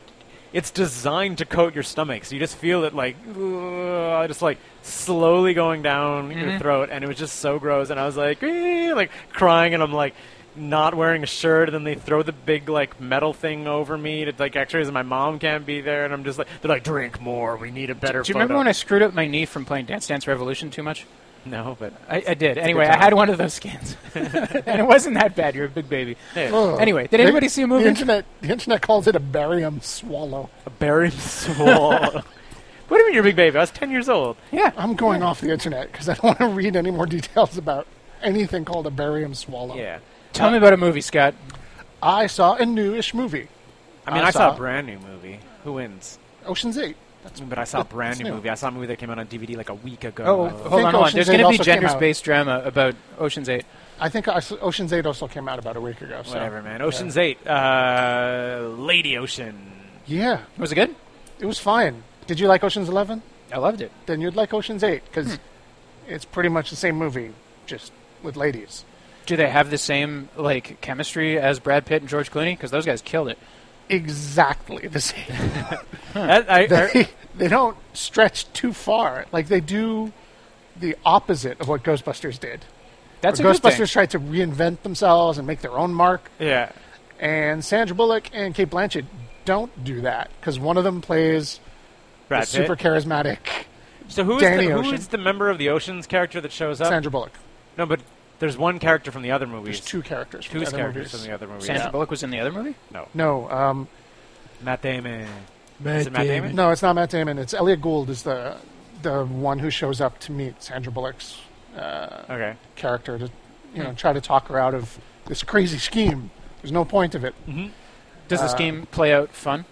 Speaker 3: it's designed to coat your stomach, so you just feel it like, uh, just like slowly going down your throat, and it was just so gross. And I was like, "Eh," like crying, and I'm like, not wearing a shirt, and then they throw the big like metal thing over me to like X-rays, and my mom can't be there, and I'm just like, they're like, drink more, we need a better.
Speaker 4: Do you remember
Speaker 3: photo."
Speaker 4: when I screwed up my knee from playing Dance Dance Revolution too much?
Speaker 3: No, but
Speaker 4: I, I did. Anyway, I
Speaker 3: time.
Speaker 4: had one of those scans, and it wasn't that bad. You're a big baby.
Speaker 3: hey,
Speaker 2: Ugh.
Speaker 4: Anyway, did
Speaker 2: They-
Speaker 4: anybody see a movie?
Speaker 2: The internet, the internet calls it a barium swallow.
Speaker 3: a buried soul. what do you mean you're a big baby? I was ten years old.
Speaker 4: Yeah.
Speaker 2: I'm going off the internet because I don't want to read any more details about anything called a barium swallow.
Speaker 3: Yeah,
Speaker 4: Tell me about a movie, Scott.
Speaker 2: I saw a newish movie,
Speaker 3: I mean, I,
Speaker 2: I
Speaker 3: saw,
Speaker 2: saw
Speaker 3: a
Speaker 2: it.
Speaker 3: brand new movie. Who wins?
Speaker 2: Ocean's Eight. That's
Speaker 3: But I saw a brand
Speaker 2: it's
Speaker 3: new,
Speaker 2: new.
Speaker 3: movie. I saw a movie that came out on DVD like a week ago.
Speaker 4: Oh,
Speaker 3: I
Speaker 4: hold
Speaker 3: love
Speaker 4: on,
Speaker 2: think
Speaker 4: hold on.
Speaker 2: Ocean's
Speaker 4: There's
Speaker 2: Eight
Speaker 4: going to be
Speaker 2: also came out.
Speaker 4: gender-based drama about Ocean's Eight.
Speaker 2: I think I saw- Ocean's Eight also came out about a week ago. So.
Speaker 3: Whatever, man. Ocean's Eight, uh, Lady Ocean.
Speaker 2: Yeah,
Speaker 4: Was it good?
Speaker 2: it was fine. Did you like Ocean's Eleven?
Speaker 4: I loved it.
Speaker 2: Then you'd like Ocean's Eight because
Speaker 4: Hmm.
Speaker 2: it's pretty much the same movie, just with ladies.
Speaker 4: Do they have the same like chemistry as Brad Pitt and George Clooney? Because those guys killed it.
Speaker 2: exactly the same.
Speaker 3: That- I- I-
Speaker 2: They, they don't stretch too far. Like they do the opposite of what Ghostbusters did.
Speaker 4: That's a good
Speaker 2: Ghostbusters
Speaker 4: thing.
Speaker 2: tried to reinvent themselves and make their own mark,
Speaker 3: yeah.
Speaker 2: and Sandra Bullock and Kate Blanchett don't do that because one of them plays
Speaker 3: Brad
Speaker 2: the
Speaker 3: Pitt.
Speaker 2: super charismatic
Speaker 3: so who is,
Speaker 2: Danny
Speaker 3: the, who
Speaker 2: Ocean.
Speaker 3: is the member of the Ocean's character that shows up?
Speaker 2: Sandra Bullock.
Speaker 3: No, but there's one character from the other movies.
Speaker 2: There's two characters.
Speaker 3: Two
Speaker 2: From the other
Speaker 3: characters
Speaker 2: movies.
Speaker 3: from the other movies.
Speaker 4: Sandra
Speaker 2: Yeah.
Speaker 4: Bullock was in the other movie.
Speaker 2: No, um,
Speaker 3: Matt Damon. Matt is it Matt Damon?
Speaker 2: no, it's not Matt Damon. It's Elliot Gould is the the one who shows up to meet Sandra Bullock's uh,
Speaker 3: Okay.
Speaker 2: character to you know try to talk her out of this crazy scheme. There's no point of it.
Speaker 4: Does
Speaker 2: Uh,
Speaker 4: the scheme play out fun?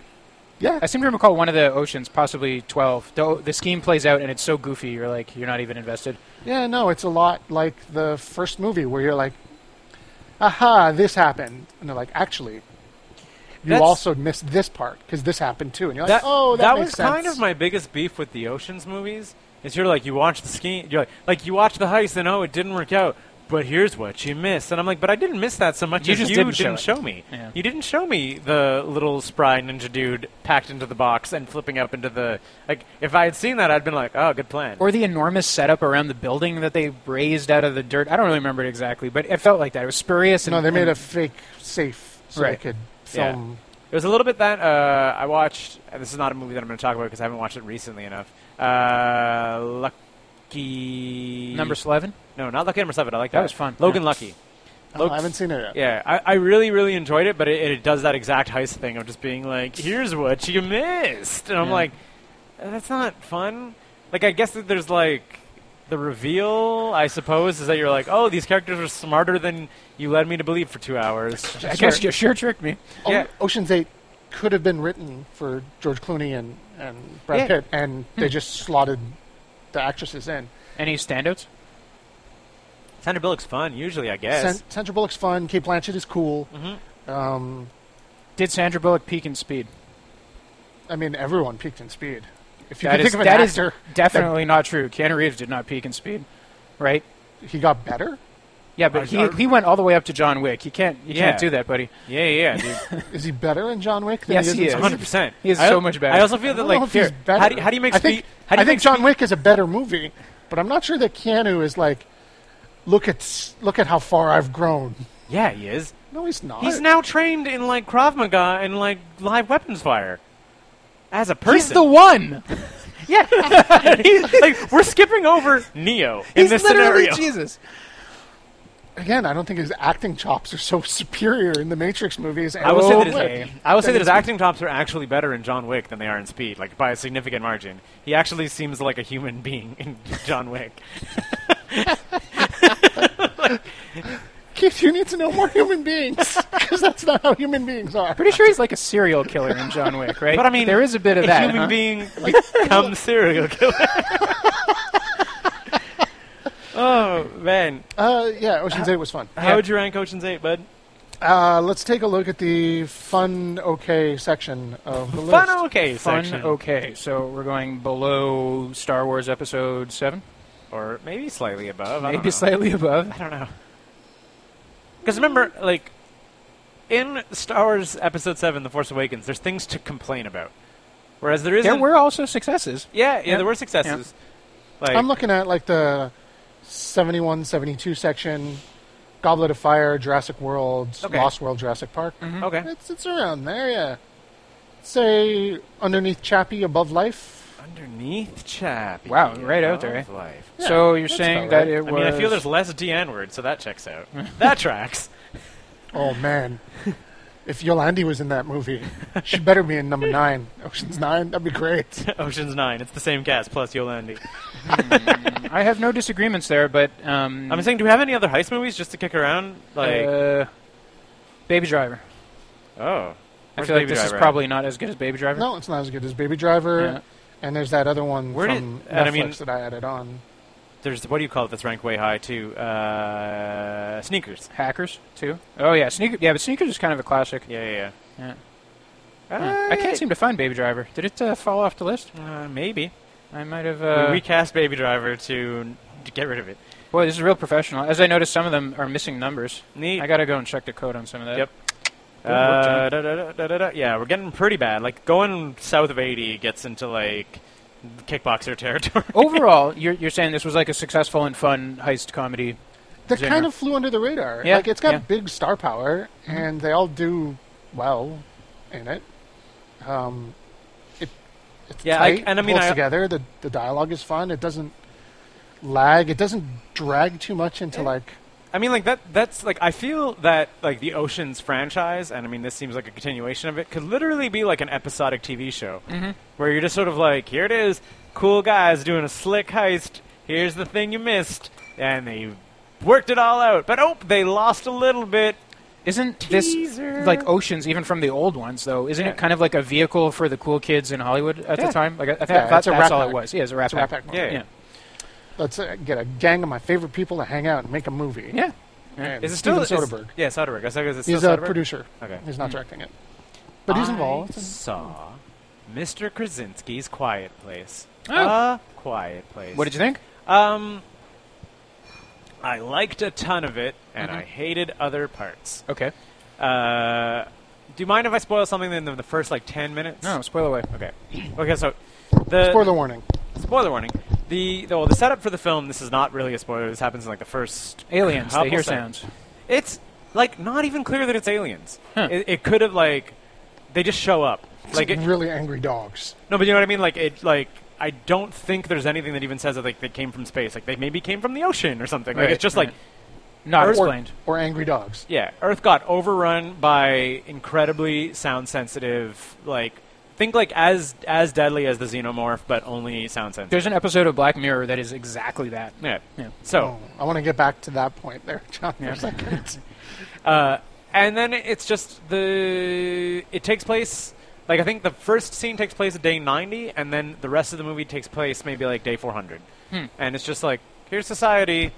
Speaker 2: Yeah,
Speaker 4: I seem to recall one of the oceans, possibly twelve. The, o- the scheme plays out and it's so goofy, you're like you're not even invested.
Speaker 2: yeah, no, it's a lot like the first movie where you're like, "Aha, this happened," and they're like, "Actually, you
Speaker 3: That's-
Speaker 2: also missed this part because this happened too," and you're like, "Oh, that, makes
Speaker 3: was
Speaker 2: sense."
Speaker 3: kind of my biggest beef with the Ocean's movies. Is you're like you watch the scheme, you're like like you watch the heist, and oh, it didn't work out. But here's what you missed, and I'm like, but I didn't miss that so much
Speaker 4: You
Speaker 3: as
Speaker 4: just
Speaker 3: you
Speaker 4: didn't
Speaker 3: didn't,
Speaker 4: show it.
Speaker 3: show, me.
Speaker 4: Yeah.
Speaker 3: You didn't show me the little spry ninja dude packed into the box and flipping up into the like. If I had seen that, I'd been like, oh, good plan.
Speaker 4: Or the enormous setup around the building that they raised out of the dirt. I don't really remember it exactly, but it felt like that. It was spurious. And,
Speaker 2: no, they made
Speaker 4: and-
Speaker 2: a fake safe so
Speaker 4: Right.
Speaker 2: they could
Speaker 3: Yeah.
Speaker 2: film.
Speaker 3: It was a little bit that uh, I watched. And this is not a movie that I'm going to talk about because I haven't watched it recently enough. Uh, Lucky
Speaker 4: number eleven.
Speaker 3: No, not Lucky Number Seven. I like that.
Speaker 4: That was fun.
Speaker 3: Logan
Speaker 4: Yeah.
Speaker 3: Lucky.
Speaker 2: Oh, I haven't seen it yet.
Speaker 3: Yeah, I, I really, really enjoyed it, but it, it does that exact heist thing of just being like, here's what you missed. And I'm
Speaker 4: Yeah.
Speaker 3: like, "Uh, that's not fun. Like, I guess that there's like the reveal, I suppose, is that you're like, oh, these characters are smarter than you led me to believe for two hours.
Speaker 4: I guess you sure tricked me.
Speaker 2: O-
Speaker 3: Yeah.
Speaker 2: Oh, Ocean's Eight could have been written for George Clooney and, and Brad
Speaker 3: Yeah.
Speaker 2: Pitt, and
Speaker 4: Hmm.
Speaker 2: they just slotted the actresses in.
Speaker 4: Any standouts?
Speaker 3: Sandra Bullock's fun, usually, I guess.
Speaker 2: San- Sandra Bullock's fun. Kate Blanchett is cool.
Speaker 4: Mm-hmm.
Speaker 2: Um,
Speaker 4: Did Sandra Bullock peak in speed?
Speaker 2: I mean, everyone peaked in speed. If you
Speaker 4: That
Speaker 2: can
Speaker 4: is
Speaker 2: think of an
Speaker 4: that is
Speaker 2: actor,
Speaker 4: definitely not true. Keanu Reeves did not peak in speed, right?
Speaker 2: he got better.
Speaker 4: Yeah, but
Speaker 3: I-
Speaker 4: he,
Speaker 3: I-
Speaker 4: he went all the way up to John Wick. You can't you
Speaker 3: Yeah.
Speaker 4: can't do that, buddy.
Speaker 3: yeah, yeah, dude.
Speaker 2: Is he better in John Wick? Than
Speaker 4: Yes,
Speaker 2: he
Speaker 4: he
Speaker 2: is.
Speaker 4: is.
Speaker 2: in-
Speaker 3: 100%.
Speaker 4: He is
Speaker 3: I-
Speaker 4: so much better.
Speaker 3: I also feel
Speaker 2: I
Speaker 3: that,
Speaker 2: don't know
Speaker 3: like,
Speaker 2: if he's
Speaker 3: here,
Speaker 2: better.
Speaker 3: how do, you- how do you make
Speaker 2: I think,
Speaker 3: speed? How do you
Speaker 2: I think
Speaker 3: make
Speaker 2: John Wick is a better movie, but I'm not sure that Keanu is like, look at s- look at how far I've grown.
Speaker 3: speed- Yeah, he is.
Speaker 2: No, he's not.
Speaker 3: He's now trained in like Krav Maga and like live weapons fire. As a person,
Speaker 4: He's the one.
Speaker 3: He's- like we're skipping over Neo in
Speaker 4: He's
Speaker 3: this
Speaker 4: literally
Speaker 3: scenario.
Speaker 4: Jesus.
Speaker 2: Again, I don't think his acting chops are so superior in the Matrix movies. And
Speaker 3: I will say that his,
Speaker 2: Wick.
Speaker 3: I will say that his acting chops are actually better in John Wick than they are in Speed, like by a significant margin. He actually seems like a human being in John Wick.
Speaker 2: Keith, you need to know more human beings because that's not how human beings are.
Speaker 4: Pretty sure he's like a serial killer in John Wick, right?
Speaker 3: But I mean,
Speaker 4: there is a bit of
Speaker 3: a
Speaker 4: that.
Speaker 3: human
Speaker 4: huh?
Speaker 3: being becomes serial killer. oh man,
Speaker 2: Uh, yeah, Ocean's Eight was fun.
Speaker 3: how would you rank Ocean's Eight, bud?
Speaker 2: Uh, let's take a look at the fun okay section of the list.
Speaker 3: Fun okay
Speaker 4: Fun.
Speaker 3: section,
Speaker 4: Okay, so we're going below Star Wars Episode Seven,
Speaker 3: or maybe slightly above. I don't
Speaker 4: maybe
Speaker 3: know.
Speaker 4: slightly above.
Speaker 3: I don't know. Because remember, like in Star Wars Episode Seven, The Force Awakens, there's things to complain about, whereas there isn't.
Speaker 4: There were also successes.
Speaker 3: yeah, yeah,
Speaker 4: yeah,
Speaker 3: there were successes. Like
Speaker 2: I'm looking at like the 71, 72 section, Goblet of Fire, Jurassic World,
Speaker 3: Okay. Mm-hmm.
Speaker 2: Lost World, Jurassic Park.
Speaker 3: okay,
Speaker 2: It's it's around there, yeah. Say underneath Chappie, above life.
Speaker 3: underneath chap.
Speaker 4: Wow, right out there,
Speaker 3: above
Speaker 4: eh?
Speaker 3: Life.
Speaker 2: Yeah,
Speaker 4: so you're
Speaker 2: that's
Speaker 4: saying
Speaker 2: about right.
Speaker 4: that it
Speaker 3: I
Speaker 4: was?
Speaker 3: mean, I feel there's less DN word, so that checks out. that tracks.
Speaker 2: Oh man, if Yolandi was in that movie, she better be in number nine, Ocean's Nine. That'd be great.
Speaker 3: Ocean's Nine. It's the same cast plus Yolandi.
Speaker 4: I have no disagreements there, but um,
Speaker 3: I'm saying, do we have any other heist movies just to kick around? Like,
Speaker 4: uh, Baby Driver.
Speaker 3: oh,
Speaker 4: I
Speaker 3: Where's
Speaker 4: feel like
Speaker 3: Baby
Speaker 4: this is
Speaker 3: Driver at?
Speaker 4: probably not as good as Baby Driver.
Speaker 2: No, it's not as good as Baby Driver.
Speaker 4: Yeah.
Speaker 2: And there's that other one
Speaker 3: Where did-
Speaker 2: from Netflix
Speaker 3: and I mean-
Speaker 2: that I added on.
Speaker 3: There's what do you call it? That's ranked way high too. Uh, sneakers.
Speaker 4: Hackers too. Oh yeah, sneaker. Yeah, but sneakers is kind of a classic.
Speaker 3: Yeah, yeah. yeah.
Speaker 4: Yeah. Huh. I can't seem to find Baby Driver. Did it uh, fall off the list?
Speaker 3: Uh, maybe.
Speaker 4: I might have.
Speaker 3: We
Speaker 4: Uh,
Speaker 3: recast Baby Driver to, to get rid of it.
Speaker 4: boy, this is real professional. As I noticed, some of them are missing numbers.
Speaker 3: Neat.
Speaker 4: I gotta go and check the code on some of that.
Speaker 3: Yep.
Speaker 4: work,
Speaker 3: Uh,
Speaker 4: John.
Speaker 3: da, da, da, da, da, da. Yeah, we're getting pretty bad. Like going south of 80 gets into like kickboxer territory.
Speaker 4: Overall, you're, you're saying this was like a successful and fun heist comedy.
Speaker 2: that
Speaker 4: Zinger.
Speaker 2: kind of flew under the radar.
Speaker 4: Yeah,
Speaker 2: Like it's got
Speaker 4: yeah.
Speaker 2: big star power, and they all do well in it. Um, it it's
Speaker 3: Yeah, I-
Speaker 2: tight,
Speaker 3: and I
Speaker 2: it
Speaker 3: mean,
Speaker 2: pulls
Speaker 3: I-
Speaker 2: together. The the dialogue is fun. It doesn't lag. It doesn't drag too much into like.
Speaker 3: I mean, like that. That's like I feel that like the Ocean's franchise, and I mean this seems like a continuation of it, could literally be like an episodic TV show
Speaker 4: Mm-hmm.
Speaker 3: where you're just sort of like, here it is, cool guys doing a slick heist. Here's the thing you missed, and they worked it all out. But oh, they lost a little bit.
Speaker 4: Isn't
Speaker 3: Teaser.
Speaker 4: this like Oceans, even from the old ones though? Isn't
Speaker 3: Yeah.
Speaker 4: it kind of like a vehicle for the cool kids in Hollywood at
Speaker 3: Yeah.
Speaker 4: the time? Like I, I think
Speaker 2: Yeah,
Speaker 4: I thought
Speaker 2: it's a
Speaker 4: that's
Speaker 2: rat
Speaker 4: all
Speaker 2: pack.
Speaker 4: it was. Yeah, it's a rat
Speaker 2: It's a rat pack
Speaker 3: Yeah.
Speaker 4: Yeah.
Speaker 2: Let's uh, get a gang of my favorite people to hang out and make a movie.
Speaker 4: yeah.
Speaker 2: And
Speaker 3: Is it still
Speaker 2: Steven
Speaker 3: is-
Speaker 2: Soderbergh?
Speaker 3: yeah, Soderbergh. I was like, is it still
Speaker 2: he's a
Speaker 3: Soderbergh?
Speaker 2: producer.
Speaker 3: Okay. Mm.
Speaker 2: He's not directing it, but he's involved.
Speaker 3: I saw Mr. Krasinski's Quiet Place.
Speaker 4: Oh.
Speaker 3: A Quiet Place.
Speaker 4: What did you think?
Speaker 3: Um, I liked a ton of it, and
Speaker 4: Mm-hmm.
Speaker 3: I hated other parts.
Speaker 4: Okay.
Speaker 3: Uh, do you mind if I spoil something in the, the first like ten minutes?
Speaker 4: No, spoiler away.
Speaker 3: Okay. Okay. So the
Speaker 2: Spoiler warning.
Speaker 3: spoiler warning. The the, well, the setup for the film. This is not really a spoiler. This happens in like the first
Speaker 4: Aliens, they
Speaker 3: couple
Speaker 4: hear
Speaker 3: seconds.
Speaker 4: sounds.
Speaker 3: It's like not even clear that it's aliens.
Speaker 4: Huh.
Speaker 3: It, it could have like they just show up. Like it,
Speaker 2: really angry dogs.
Speaker 3: no, but you know what I mean. Like it, like I don't think there's anything that even says that like they came from space. Like they maybe came from the ocean or something. Like
Speaker 4: Right,
Speaker 3: it's just
Speaker 4: right.
Speaker 3: like
Speaker 4: Not
Speaker 3: Or-
Speaker 4: explained.
Speaker 2: Or angry dogs.
Speaker 3: yeah, Earth got overrun by incredibly sound sensitive. Like think like as as deadly as the xenomorph, but only sound sensitive.
Speaker 4: There's an episode of Black Mirror that is exactly that.
Speaker 3: Yeah.
Speaker 4: Yeah.
Speaker 3: So
Speaker 2: Oh, I want to get back to that point there, John. For a second.
Speaker 4: Oh.
Speaker 3: uh, and then it's just the it takes place. Like I think the first scene takes place at day 90, and then the rest of the movie takes place maybe like day 400. And it's just like here's society.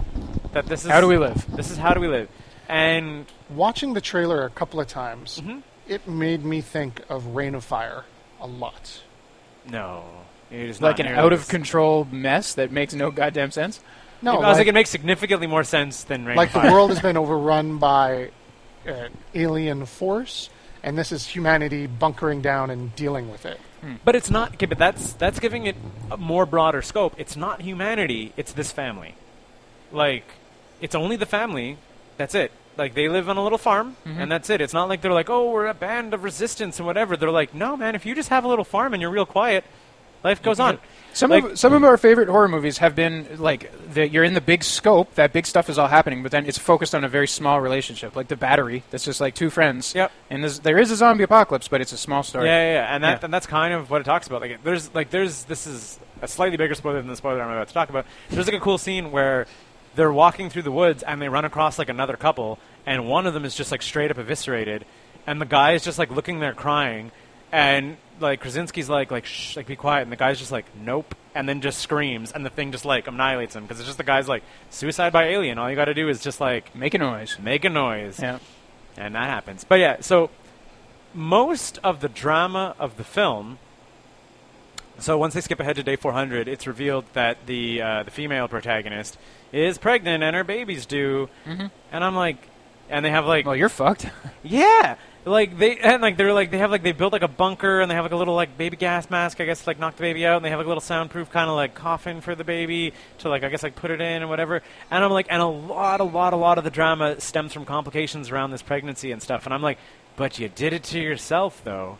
Speaker 3: That this is
Speaker 4: Hmm. How do we live?
Speaker 3: This is how do we live. And
Speaker 2: Watching the trailer a couple of times,
Speaker 3: Mm-hmm.
Speaker 2: it made me think of Rain of Fire a lot.
Speaker 3: no, it is
Speaker 4: Like
Speaker 3: not
Speaker 4: an
Speaker 3: nearly
Speaker 4: out of
Speaker 3: as-
Speaker 4: control mess that makes no goddamn sense.
Speaker 2: No,
Speaker 3: I was like,
Speaker 2: like,
Speaker 3: it makes significantly more sense than Rain
Speaker 2: like
Speaker 3: of
Speaker 2: the
Speaker 3: Fire.
Speaker 2: world has been overrun by an alien force, and this is humanity bunkering down and dealing with it.
Speaker 3: But it's not. Okay, but that's that's giving it a more broader scope. It's not humanity. It's this family. Like, it's only the family. That's it. Like they live on a little farm, and that's it. It's not like they're like, oh, we're a band of resistance and whatever. They're like, no, man. If you just have a little farm and you're real quiet, life goes on.
Speaker 4: Some
Speaker 3: Like-
Speaker 4: of some of our favorite horror movies have been like the, you're in the big scope, that big stuff is all happening, but then it's focused on a very small relationship, like the battery. That's just like two friends.
Speaker 3: Yep.
Speaker 4: And there's, there is a zombie apocalypse, but it's a small story.
Speaker 3: Yeah, yeah, yeah. and that
Speaker 4: Yeah.
Speaker 3: and that's kind of what it talks about. Like, there's like there's this is a slightly bigger spoiler than the spoiler I'm about to talk about. There's like a cool scene where they're walking through the woods and they run across like another couple, and one of them is just like straight up eviscerated, and the guy is just like looking there crying, and like Krasinski's like like shh, like be quiet, and the guy's just like nope, and then just screams, and the thing just like annihilates him because it's just the guy's like suicide by alien. All you got to do is just like
Speaker 4: Make a noise.
Speaker 3: make a noise,
Speaker 4: Yeah.
Speaker 3: and that happens. But yeah, so most of the drama of the film. So once they skip ahead to day 400, it's revealed that the uh, the female protagonist is pregnant and her baby's due, and I'm like, and they have like,
Speaker 4: Well, you're fucked.
Speaker 3: yeah, like they and like they're like they have like they built like a bunker and they have like a little like baby gas mask, I guess, to, like knock the baby out, and they have like a little soundproof kind of like coffin for the baby to like I guess like put it in and whatever. And I'm like, and a lot, a lot, a lot of the drama stems from complications around this pregnancy and stuff. And I'm like, but you did it to yourself though,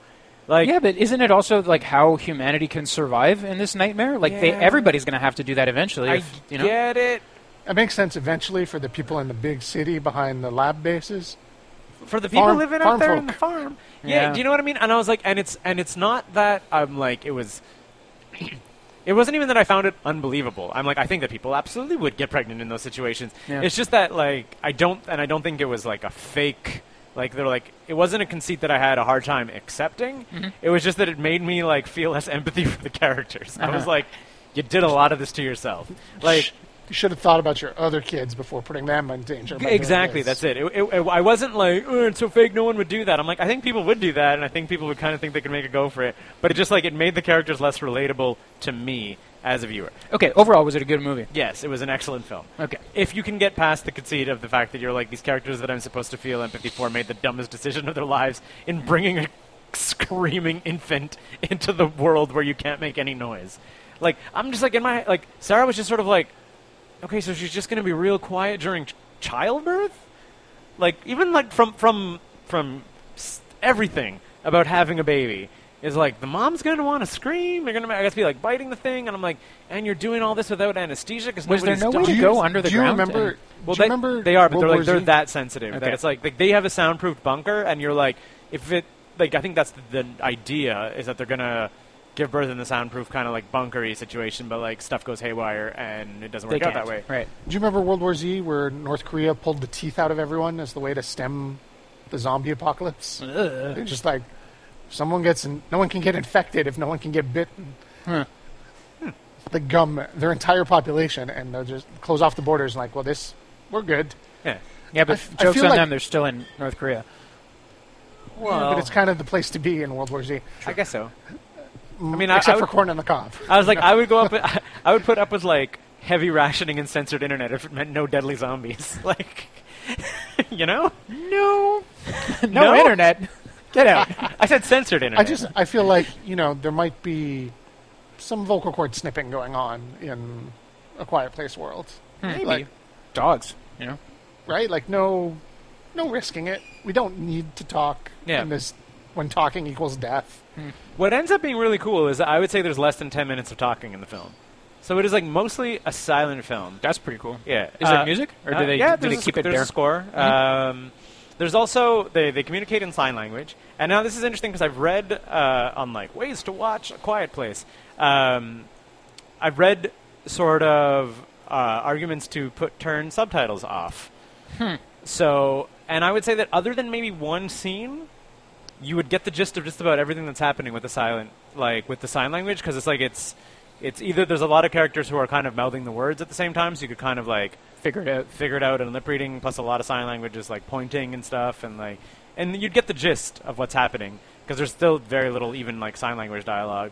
Speaker 3: like
Speaker 4: yeah, but isn't it also like how humanity can survive in this nightmare? Like they,
Speaker 3: Yeah.
Speaker 4: everybody's going to have to do that eventually.
Speaker 3: I
Speaker 4: if, you know.
Speaker 3: get it
Speaker 2: It makes sense eventually for the people in the big city behind the lab bases.
Speaker 3: for the people
Speaker 2: Farm-
Speaker 3: living
Speaker 2: farm
Speaker 3: out there in
Speaker 2: folk.
Speaker 3: the farm. Yeah,
Speaker 4: Yeah.
Speaker 3: do you know what I mean? And I was like, and it's and it's not that I'm like it was. It wasn't even that I found it unbelievable. I'm like, I think that people absolutely would get pregnant in those situations.
Speaker 4: Yeah.
Speaker 3: It's just that like I don't, and I don't think it was like a fake. Like they're like, it wasn't a conceit that I had a hard time accepting.
Speaker 2: Mm-hmm.
Speaker 3: It was just that it made me like feel less empathy for the characters. I
Speaker 2: Uh-huh.
Speaker 3: was like, you did a lot of this to yourself. Like
Speaker 2: You should have thought about your other kids before putting them in danger. by doing
Speaker 3: Exactly,
Speaker 2: this.
Speaker 3: that's it. It, it- it- I wasn't like, oh, it's so fake, no one would do that. I'm like, I think people would do that, and I think people would kind of think they could make a go for it. But it just like it made the characters less relatable to me as a viewer.
Speaker 4: Okay, overall, was it a good movie?
Speaker 3: Yes, it was an excellent film.
Speaker 4: Okay.
Speaker 3: If you can get past the conceit of the fact that you're like these characters that I'm supposed to feel empathy for made the dumbest decision of their lives in bringing a screaming infant into the world where you can't make any noise. Like I'm just like in my like Sarah was just sort of like okay, so she's just going to be real quiet during ch- childbirth? Like even like from from from s- everything about having a baby is like the mom's going to want to scream. They're going to I guess be like biting the thing, and I'm like, and you're doing all this without anesthesia because
Speaker 4: Was there no way
Speaker 2: Do
Speaker 4: to
Speaker 2: you,
Speaker 4: go under the
Speaker 2: do you
Speaker 4: ground
Speaker 2: Remember,
Speaker 4: and-
Speaker 3: Well,
Speaker 2: do
Speaker 3: they,
Speaker 2: you remember
Speaker 3: they are, but they're
Speaker 2: World War
Speaker 3: like they're
Speaker 2: Z?
Speaker 3: that sensitive. that
Speaker 4: Okay.
Speaker 3: it's like, like they have a soundproof bunker, and you're like, if it like I think that's the, the idea is that they're gonna give birth in the soundproof kind of like bunkery situation, but like stuff goes haywire and it doesn't
Speaker 4: They
Speaker 3: work out
Speaker 4: can't.
Speaker 3: that way.
Speaker 4: Right.
Speaker 2: Do you remember World War Z where North Korea pulled the teeth out of everyone as the way to stem the zombie apocalypse? They're just like someone gets in, no one can get infected if no one can get bitten. The gum, their entire population, and they'll just close off the borders and like, well, this we're good.
Speaker 3: Yeah.
Speaker 4: Yeah, but
Speaker 2: f- I
Speaker 4: jokes
Speaker 2: feel
Speaker 4: on
Speaker 2: like-
Speaker 4: them. They're still in North Korea.
Speaker 3: Well,
Speaker 2: but it's kind of the place to be in World War Z,
Speaker 3: I guess so. I mean, I, I,
Speaker 2: except
Speaker 3: would,
Speaker 2: for corn on the cob.
Speaker 3: I was like, I would go up, I, I would put up with like heavy rationing and censored internet if it meant no deadly zombies, like. You know,
Speaker 4: No. no,
Speaker 3: No?
Speaker 4: internet. Get out.
Speaker 3: I said censored internet.
Speaker 2: I just I feel like you know there might be some vocal cord snipping going on in a Quiet Place world,
Speaker 4: Maybe.
Speaker 2: Like-
Speaker 4: Dogs. You know.
Speaker 2: right? Like no, no risking it. We don't need to talk.
Speaker 3: Yeah.
Speaker 2: In this, when talking equals death.
Speaker 3: What ends up being really cool is that I would say there's less than 10 minutes of talking in the film. So it is like mostly a silent film.
Speaker 4: That's pretty cool.
Speaker 3: Yeah.
Speaker 4: Is there music, or do
Speaker 3: uh,
Speaker 4: they-
Speaker 3: yeah,
Speaker 4: do they
Speaker 3: there's a
Speaker 4: keep
Speaker 3: sc-
Speaker 4: it
Speaker 3: there's
Speaker 4: there?
Speaker 3: a
Speaker 4: Mm-hmm.
Speaker 3: score. Um, there's also they, they communicate in sign language. And now this is interesting because I've read uh, on like ways to watch a quiet place. Um, I've read sort of uh, arguments to put turn subtitles off.
Speaker 4: Hmm.
Speaker 3: So, and I would say that other than maybe one scene, you would get the gist of just about everything that's happening with the silent, like with the sign language, because it's like it's, it's either there's a lot of characters who are kind of mouthing the words at the same time, so you could kind of like
Speaker 4: Figure it out.
Speaker 3: figure it out and lip reading, plus a lot of sign languages like pointing and stuff, and like, and you'd get the gist of what's happening because there's still very little even like sign language dialogue.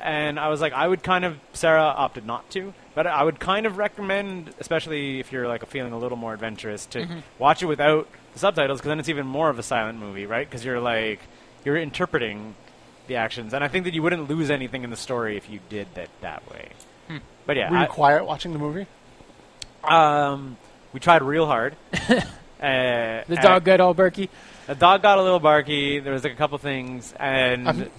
Speaker 3: And I was like, I would kind of Sarah opted not to, but I would kind of recommend, especially if you're like feeling a little more adventurous, to
Speaker 2: Mm-hmm.
Speaker 3: watch it without the subtitles because then it's even more of a silent movie, right? Because you're like you're interpreting the actions, and I think that you wouldn't lose anything in the story if you did that that way. But yeah,
Speaker 2: Hmm. Were you
Speaker 3: I-
Speaker 2: quiet watching the movie?
Speaker 3: um, we tried real hard. Uh,
Speaker 4: The dog got all berky.
Speaker 3: the dog got a little barky. There was like a couple things, and
Speaker 2: I'm-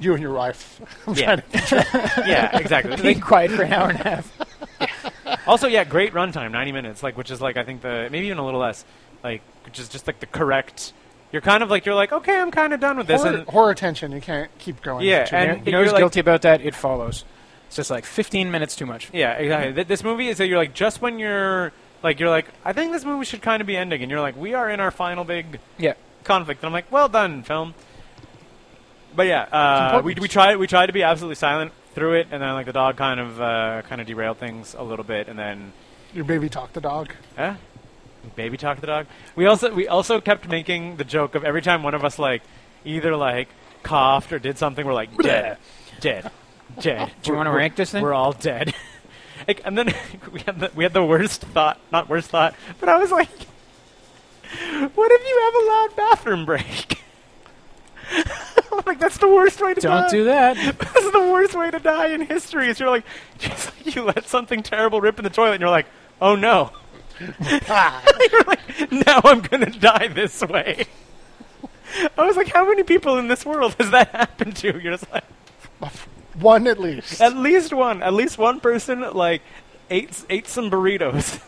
Speaker 2: You and your wife. I'm
Speaker 3: yeah,
Speaker 2: trying to-
Speaker 3: yeah, exactly.
Speaker 4: Being quiet for an hour and a half.
Speaker 3: also, yeah, great runtime, ninety minutes, like which is like I think the maybe even a little less, like which is just like the correct. You're kind of like you're like okay, I'm kind of done with this,
Speaker 2: horror,
Speaker 3: and
Speaker 2: horror tension. You can't keep going.
Speaker 3: Yeah,
Speaker 2: Too-
Speaker 4: You know-
Speaker 3: And
Speaker 4: you know
Speaker 3: you're
Speaker 4: who's
Speaker 3: like-
Speaker 4: guilty about that? It follows. It's just like 15 minutes too much.
Speaker 3: Yeah, exactly. Th- this movie is that you're like just when you're like you're like I think this movie should kind of be ending, and you're like we are in our final big
Speaker 4: Yeah.
Speaker 3: conflict. And I'm like, well done, film. But yeah, uh,
Speaker 2: important.
Speaker 3: we we tried we tried to be absolutely silent through it, and then like the dog kind of uh, kind of derailed things a little bit, and then
Speaker 2: Your baby talked the dog.
Speaker 3: eh? baby talk to the dog. We also we also kept making the joke of every time one of us like either like coughed or did something, we're like dead, dead, dead.
Speaker 4: Do you want to
Speaker 3: We're-
Speaker 4: rank this thing?
Speaker 3: We're all dead. like, and then we had the, we had the worst thought, not worst thought, but I was like, what if you have a loud bathroom break? I'm like that's the worst way to die.
Speaker 4: Don't do that.
Speaker 3: This is the worst way to die in history. Is you're like, just like you let something terrible rip in the toilet, and you're like, oh no.
Speaker 2: Ah,
Speaker 3: you're like, now I'm gonna die this way. I was like, how many people in this world has that happened to? You're just like,
Speaker 2: One at least.
Speaker 3: at least one, at least one person like ate ate some burritos,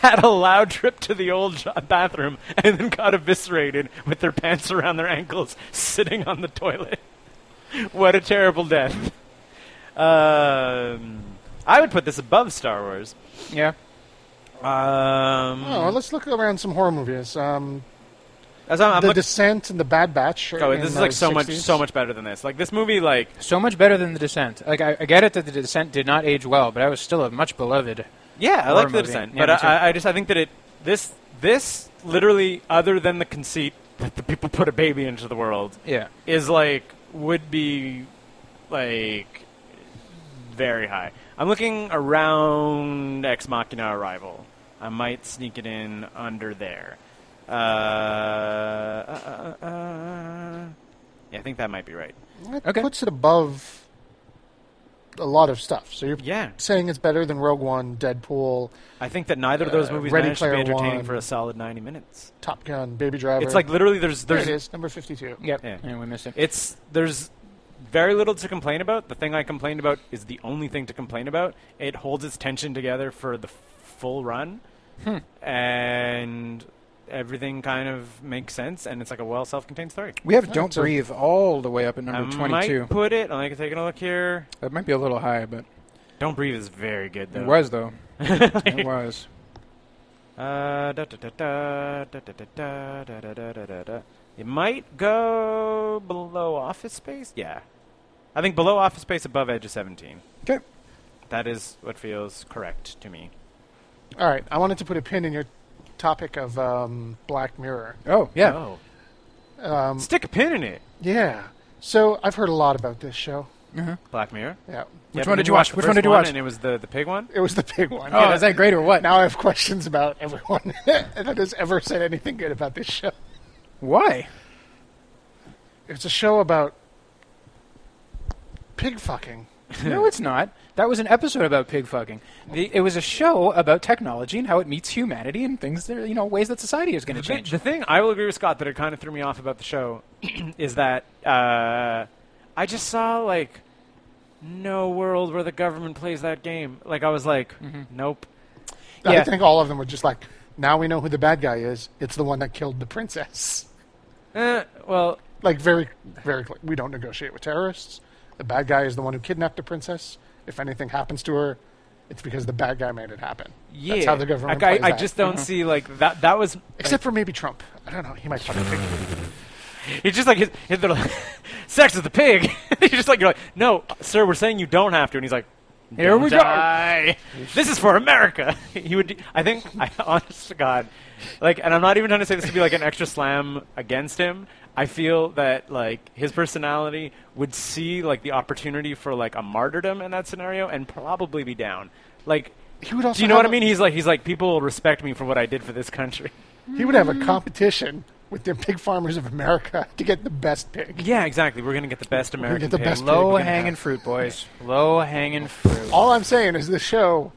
Speaker 3: had a loud trip to the old jo- bathroom, and then got eviscerated with their pants around their ankles, sitting on the toilet. What a terrible death! Um, I would put this above Star Wars.
Speaker 4: Yeah.
Speaker 3: Um,
Speaker 2: Oh, let's look around some horror movies. Um,
Speaker 3: as I'm- I'm
Speaker 2: the
Speaker 3: look-
Speaker 2: Descent and The Bad Batch. are
Speaker 3: Uh, oh,
Speaker 2: in
Speaker 3: this is
Speaker 2: the
Speaker 3: like so much,
Speaker 2: 60s.
Speaker 3: so much better than this. Like this movie, like
Speaker 4: So much better than The Descent. Like, I, I get it that The Descent did not age well, but I was still a much beloved.
Speaker 3: Yeah, I
Speaker 4: horror
Speaker 3: like the
Speaker 4: movie.
Speaker 3: descent,
Speaker 4: Yeah,
Speaker 3: but
Speaker 4: me
Speaker 3: I, I- I just I think that it this this literally other than the conceit that the people put a baby into the world
Speaker 4: Yeah.
Speaker 3: is like would be like very high. I'm looking around Ex Machina Arrival. I might sneak it in under there. Uh, uh, uh, uh, yeah, I think that might be right.
Speaker 2: That
Speaker 4: Okay.
Speaker 2: puts it above a lot of stuff. So you're
Speaker 3: Yeah,
Speaker 2: saying it's better than Rogue One, Deadpool,
Speaker 3: I think that neither of those
Speaker 2: Uh,
Speaker 3: movies
Speaker 2: Ready
Speaker 3: managed to be
Speaker 2: Player
Speaker 3: entertaining
Speaker 2: One.
Speaker 3: for a solid 90 minutes.
Speaker 2: Top Gun, Baby Driver.
Speaker 3: It's like literally there's
Speaker 2: there it
Speaker 3: there's
Speaker 2: is, number fifty-two.
Speaker 4: Yep.
Speaker 3: Yeah.
Speaker 4: And we missed it.
Speaker 3: it's there's very little to complain about. The thing I complained about is the only thing to complain about. It holds its tension together for the f- full run, Hmm. and everything kind of makes sense. And it's like a well self-contained story.
Speaker 5: We have Don't
Speaker 2: so-
Speaker 5: Breathe all the way up at
Speaker 3: I
Speaker 5: number
Speaker 3: might
Speaker 5: 22.
Speaker 3: put it. I'm like taking a look here.
Speaker 5: That might be a little high, but
Speaker 3: Don't breathe is very good though.
Speaker 5: it was, though. it was.
Speaker 3: Uh, da, da, da, da, da, da, da, da, da, da, da, da, da. It might go below Office Space. Yeah, I think below Office Space, above Edge of Seventeen.
Speaker 5: 'Kay.
Speaker 3: that is what feels correct to me.
Speaker 2: All right, I wanted to put a pin in your topic of um, Black Mirror.
Speaker 5: Oh, yeah.
Speaker 3: Oh.
Speaker 2: Um,
Speaker 3: Stick a pin in it.
Speaker 2: yeah. So I've heard a lot about this show.
Speaker 3: Black Mirror.
Speaker 2: Yeah,
Speaker 3: Which
Speaker 5: one did you watch? Which one did you watch?
Speaker 3: And it was the the pig one.
Speaker 2: it was the big one.
Speaker 5: Oh, is that great or what?
Speaker 2: Now I have questions about everyone that has ever said anything good about this show.
Speaker 5: Why?
Speaker 2: It's a show about pig fucking.
Speaker 4: no, it's not. That was an episode about pig fucking. The, it was a show about technology and how it meets humanity and things that are, you know ways that society is going to
Speaker 3: The, thi-
Speaker 4: change.
Speaker 3: the thing I will agree with Scott that it kind of threw me off about the show is that uh, I just saw like no world where the government plays that game. Like I was like,
Speaker 5: Mm-hmm.
Speaker 3: nope.
Speaker 2: I
Speaker 4: Yeah.
Speaker 2: think all of them were just like, now we know who the bad guy is. It's the one that killed the princess.
Speaker 3: Eh, well,
Speaker 2: Like very, very. cl- We don't negotiate with terrorists. The bad guy is the one who kidnapped the princess. If anything happens to her, it's because the bad guy made it happen.
Speaker 3: yeah.
Speaker 2: That's how the government.
Speaker 3: Like,
Speaker 2: plays
Speaker 3: I, I
Speaker 2: that.
Speaker 3: just don't
Speaker 5: Mm-hmm.
Speaker 3: see like that. That was
Speaker 2: Except for maybe Trump. I don't know. He might fucking pick.
Speaker 3: It's just like his, his they're like, sex with the pig. you're just like you're like, no, sir, we're saying you don't have to, and he's like,
Speaker 4: Here
Speaker 3: "Don't
Speaker 4: we go."
Speaker 3: die. go. This is for America. he would. I think. I, honest to God, like, and I'm not even trying to say this to be like an extra slam against him. I feel that like his personality would see like the opportunity for like a martyrdom in that scenario and probably be down. Like,
Speaker 2: He would also
Speaker 3: do you know what
Speaker 2: have
Speaker 3: I
Speaker 2: a-
Speaker 3: mean? He's like, he's like, people will respect me for what I did for this country.
Speaker 2: He
Speaker 3: Mm.
Speaker 2: would have a competition with the pig farmers of America to get the best pig.
Speaker 3: Yeah, exactly. We're gonna get the best
Speaker 2: gonna
Speaker 3: American.
Speaker 2: get the
Speaker 3: pig.
Speaker 2: best pig.
Speaker 4: Low
Speaker 2: We're gonna
Speaker 4: hanging
Speaker 2: have-
Speaker 4: fruit, boys. Low hanging fruit.
Speaker 2: All I'm saying is the show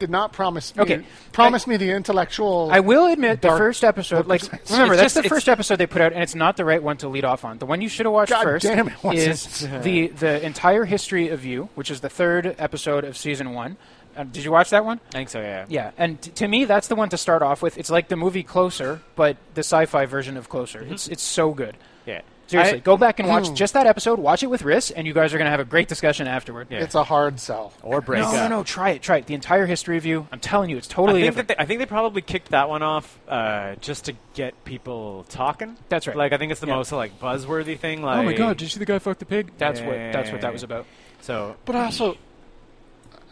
Speaker 2: did not promise me,
Speaker 4: Okay.
Speaker 2: promise me the intellectual.
Speaker 4: I will admit the
Speaker 2: Dark
Speaker 4: first episode. Like,
Speaker 2: percent.
Speaker 4: remember
Speaker 3: It's
Speaker 4: that's
Speaker 3: just-
Speaker 4: the
Speaker 3: it's-
Speaker 4: first episode they put out, and it's not the right one to lead off on. The one you should have watched
Speaker 2: God
Speaker 4: first
Speaker 2: damn it, what's
Speaker 4: is
Speaker 2: this?
Speaker 4: the the entire history of you, which is the third episode of season one. Uh, did you watch that one?
Speaker 3: I think so. Yeah.
Speaker 4: Yeah, and t- to me, that's the one to start off with. It's like the movie Closer, but the sci-fi version of Closer. It's it's so good.
Speaker 3: Yeah.
Speaker 4: Seriously,
Speaker 3: I-
Speaker 4: go back and watch just that episode. Watch it with Riss, and you guys are going to have a great discussion afterward.
Speaker 3: Yeah.
Speaker 2: It's a hard sell.
Speaker 3: or break
Speaker 4: No,
Speaker 3: up.
Speaker 4: no, no. Try it. Try it. The entire history of you. I'm telling you, it's
Speaker 3: I
Speaker 4: totally
Speaker 3: think, that
Speaker 4: different.
Speaker 3: they, I think they probably kicked that one off uh, just to get people talking.
Speaker 4: That's right.
Speaker 3: Like I think it's the
Speaker 4: Yeah.
Speaker 3: most like buzzworthy thing. Like
Speaker 5: oh, my God. Did you see the guy fuck the pig?
Speaker 4: that's what that's what that was about.
Speaker 3: So
Speaker 2: But I also,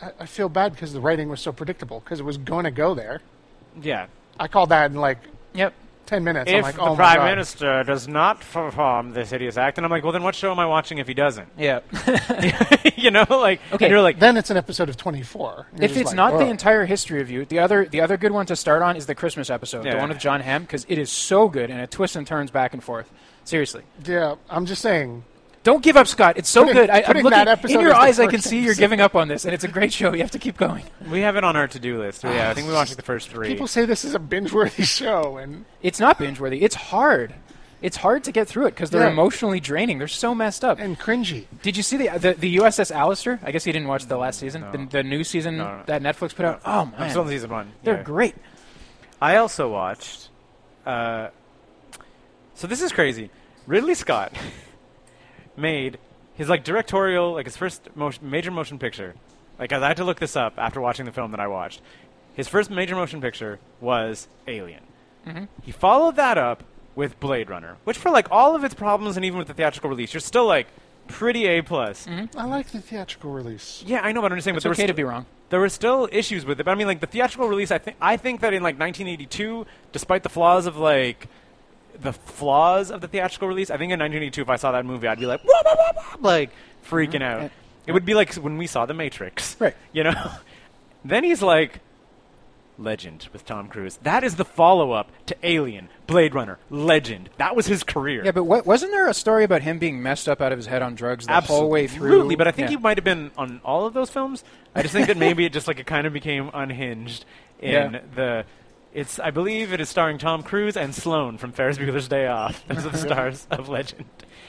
Speaker 2: I, I feel bad because the writing was so predictable because it was going to go there.
Speaker 3: yeah,
Speaker 2: I called that in like
Speaker 4: Yep.
Speaker 2: 10 minutes. I'm
Speaker 3: if
Speaker 2: like,
Speaker 3: the
Speaker 2: oh my
Speaker 3: prime
Speaker 2: God.
Speaker 3: minister does not perform this hideous act, and I'm like, well, then what show am I watching if he doesn't?
Speaker 4: Yeah.
Speaker 3: you know, like
Speaker 4: Okay.
Speaker 3: and you're like,
Speaker 2: Then it's an episode of 24. You're
Speaker 4: if
Speaker 2: just
Speaker 4: it's
Speaker 2: like, oh,
Speaker 4: not the
Speaker 2: "Whoa."
Speaker 4: entire history of you, the other the other good one to start on is the Christmas episode, the
Speaker 3: Yeah.
Speaker 4: one with John Hamm, because it is so good and it twists and turns back and forth. Seriously,
Speaker 2: Yeah, I'm just saying.
Speaker 4: don't give up, Scott. It's so
Speaker 2: Putting-
Speaker 4: good. I, I'm
Speaker 2: putting
Speaker 4: looking
Speaker 2: that episode
Speaker 4: in your
Speaker 2: as the
Speaker 4: eyes. I can
Speaker 2: first
Speaker 4: see you're
Speaker 2: episode.
Speaker 4: giving up on this, and it's a great show. You have to keep going.
Speaker 3: we have it on our to-do list. Yeah, I think we watched like, the first three.
Speaker 2: People say this is a binge worthy show, and
Speaker 4: It's not binge worthy. It's hard. It's hard to get through it because they're
Speaker 2: Yeah.
Speaker 4: emotionally draining. They're so messed up.
Speaker 2: and cringy.
Speaker 4: Did you see the, the the USS Alistair? I guess you didn't watch the last season, the, the new season
Speaker 3: No, no.
Speaker 4: that Netflix put out. Oh man,
Speaker 3: I'm still on season one.
Speaker 4: they're
Speaker 3: Yeah.
Speaker 4: great.
Speaker 3: I also watched. Uh, so this is crazy. Ridley Scott made his like directorial, like his first motion, major motion picture. Like I had to look this up after watching the film that I watched. His first major motion picture was Alien. He followed that up with Blade Runner, which for like all of its problems and even with the theatrical release, you're still like pretty A plus.
Speaker 2: I like the theatrical release.
Speaker 3: Yeah, I know, but I'm just saying.
Speaker 4: It's
Speaker 3: but there
Speaker 4: okay
Speaker 3: were
Speaker 4: to
Speaker 3: st-
Speaker 4: be wrong.
Speaker 3: there were still issues with it, but I mean, like the theatrical release. I think I think that in like 1982, despite the flaws of like the flaws of the theatrical release. I think in 1982, if I saw that movie, I'd be like, whoa, whoa, whoa, whoa, like
Speaker 4: Mm-hmm.
Speaker 3: freaking out. It would be like when we saw The Matrix,
Speaker 5: Right.
Speaker 3: You know. then he's like, Legend with Tom Cruise. That is the follow-up to Alien, Blade Runner, Legend. That was his career.
Speaker 5: Yeah, but what, wasn't there a story about him being messed up out of his head on drugs the
Speaker 3: Absolutely,
Speaker 5: whole way through?
Speaker 3: but I think
Speaker 5: Yeah.
Speaker 3: he might have been on all of those films. I just think that maybe it just like it kind of became unhinged in
Speaker 5: Yeah.
Speaker 3: the. It's I believe it is starring Tom Cruise and Sloane from Ferris Bueller's Day Off. Those are the stars of Legend,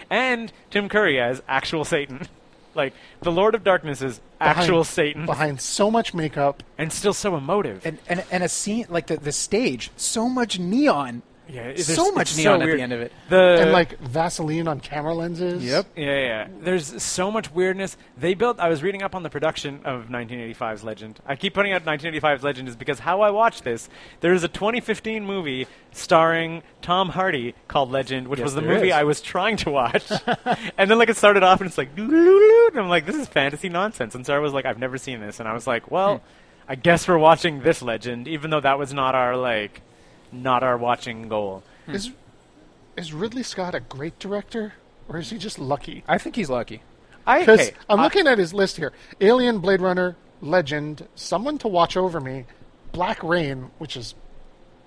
Speaker 3: and Tim Curry as actual Satan, like the Lord of Darkness is actual
Speaker 2: Behind-
Speaker 3: Satan,
Speaker 2: behind so much makeup.
Speaker 3: and still so emotive.
Speaker 5: and, and and a scene like the the stage, so much neon.
Speaker 3: yeah, it- there's-
Speaker 5: so much
Speaker 3: it's
Speaker 5: neon at
Speaker 3: weird.
Speaker 5: the end of it.
Speaker 3: The
Speaker 2: and like Vaseline on camera lenses.
Speaker 5: Yep.
Speaker 3: Yeah, yeah. There's so much weirdness. They built. I was reading up on the production of 1985's Legend. I keep putting out 1985's Legend is because how I watched this. There is a 2015 movie starring Tom Hardy called Legend, which was the
Speaker 5: there
Speaker 3: movie
Speaker 5: is.
Speaker 3: I was trying to watch. and then like it started off and it's like, "Doo-doo-doo-doo," and I'm like, this is fantasy nonsense. And Sarah was like, I've never seen this. And I was like, well, I guess we're watching this Legend, even though that was not our like, not our watching goal.
Speaker 2: Is is Ridley Scott a great director, or is he just lucky?
Speaker 5: I think he's lucky.
Speaker 3: I
Speaker 2: Because
Speaker 3: okay,
Speaker 2: I'm
Speaker 3: I-
Speaker 2: looking at his list here: Alien, Blade Runner, Legend, Someone to Watch Over Me, Black Rain, which is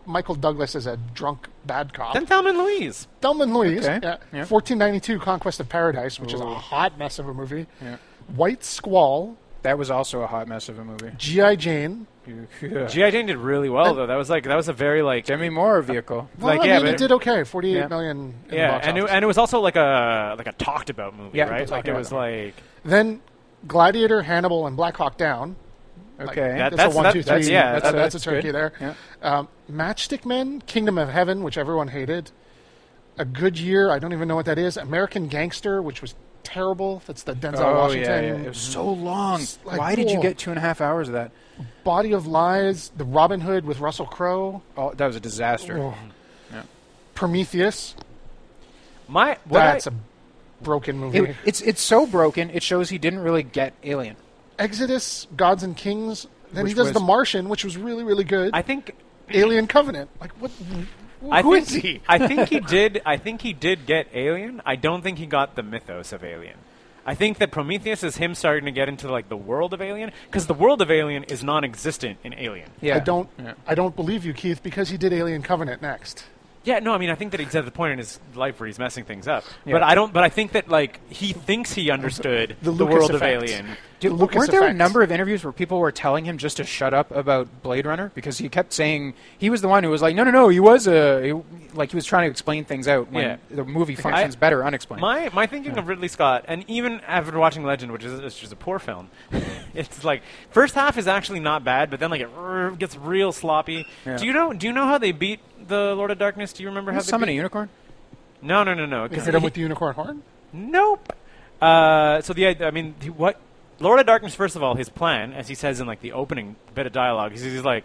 Speaker 2: Michael Douglas as a drunk bad cop,
Speaker 3: Then Thelma and Louise.
Speaker 2: Thelma and Louise,
Speaker 5: Okay,
Speaker 2: yeah,
Speaker 5: yeah.
Speaker 2: 1492, Conquest of Paradise, which is a hot mess of a movie,
Speaker 5: Yeah.
Speaker 2: White Squall,
Speaker 5: That was also a hot mess of a movie.
Speaker 2: G.I. Jane.
Speaker 5: Yeah.
Speaker 3: G.I. Jane did really well though. That was like that was a very like
Speaker 5: Demi Moore vehicle.
Speaker 2: Well,
Speaker 3: Like,
Speaker 2: I
Speaker 3: yeah,
Speaker 2: mean,
Speaker 3: but-
Speaker 2: it did okay, forty-eight
Speaker 5: Yeah.
Speaker 2: million. in the
Speaker 3: yeah,
Speaker 2: box
Speaker 3: and it,
Speaker 2: office.
Speaker 3: and it was also like a like a talked about movie,
Speaker 5: Yeah,
Speaker 3: right?
Speaker 5: talked
Speaker 3: Like it
Speaker 5: about
Speaker 3: was
Speaker 5: movie.
Speaker 3: like
Speaker 2: Then Gladiator, Hannibal, and Black Hawk Down.
Speaker 5: Okay.
Speaker 3: that-
Speaker 2: That's,
Speaker 3: that's-
Speaker 2: a one,
Speaker 3: that-
Speaker 2: two, three.
Speaker 3: that's- yeah,
Speaker 2: that's,
Speaker 5: that's-
Speaker 2: that's a
Speaker 5: that's
Speaker 2: turkey
Speaker 5: good.
Speaker 2: there.
Speaker 5: Yeah.
Speaker 2: Um, Matchstick Men, Kingdom of Heaven, which everyone hated. A Good Year, I don't even know what that is. American Gangster, which was terrible. That's the Denzel
Speaker 5: oh yeah,
Speaker 2: Washington.
Speaker 5: yeah. It was so long.
Speaker 2: S- like,
Speaker 5: Why did you
Speaker 2: whoa.
Speaker 5: get two and a half hours of that?
Speaker 2: Body of Lies, The Robin Hood with Russell Crowe,
Speaker 5: Oh, that was a disaster.
Speaker 2: Oh. Prometheus.
Speaker 3: my what I-
Speaker 2: that's a broken movie.
Speaker 5: It- it's it's so broken. It shows he didn't really get Alien.
Speaker 2: Exodus, Gods and Kings. Then he
Speaker 5: Which
Speaker 2: does
Speaker 5: was-
Speaker 2: The Martian, which was really, really good.
Speaker 3: I think
Speaker 2: Alien Covenant. Like what?
Speaker 3: I
Speaker 2: who
Speaker 3: think
Speaker 2: is he?
Speaker 3: I think he did I think he did get Alien. I don't think he got the mythos of Alien. I think that Prometheus is him starting to get into like the world of Alien because the world of Alien is non-existent in Alien.
Speaker 5: Yeah.
Speaker 2: I don't.
Speaker 5: Yeah.
Speaker 2: I don't believe you, Keith, because he did Alien Covenant next.
Speaker 3: Yeah, no, I mean, I think that he's at the point in his life where he's messing things up.
Speaker 5: Yeah.
Speaker 3: But I don't. But I think that like he thinks he understood
Speaker 2: The
Speaker 3: the,
Speaker 2: Lucas
Speaker 3: world of
Speaker 2: effect.
Speaker 3: Alien.
Speaker 5: Dude,
Speaker 2: The
Speaker 5: w-
Speaker 2: Lucas
Speaker 5: weren't there
Speaker 2: effect.
Speaker 5: a number of interviews where people were telling him just to shut up about Blade Runner because he kept saying he was the one who was like, no, no, no, he was a he- like he was trying to explain things out when
Speaker 3: Yeah.
Speaker 5: the movie functions better unexplained.
Speaker 3: My my thinking of Ridley Scott, and even after watching Legend, which is which is a poor film, it's like first half is actually not bad, but then like it r- gets real sloppy.
Speaker 5: Yeah.
Speaker 3: Do you know Do you know how they beat the Lord of Darkness? Do you remember how
Speaker 5: Didn't
Speaker 3: they
Speaker 5: summon a
Speaker 3: beat?
Speaker 5: unicorn?
Speaker 3: No, no, no, no. 'cause
Speaker 2: Hit him
Speaker 3: he-
Speaker 2: with the unicorn horn.
Speaker 3: Nope. Uh, so the idea- I mean, the, what Lord of Darkness? First of all, his plan, as he says in like the opening bit of dialogue, he's, he's like,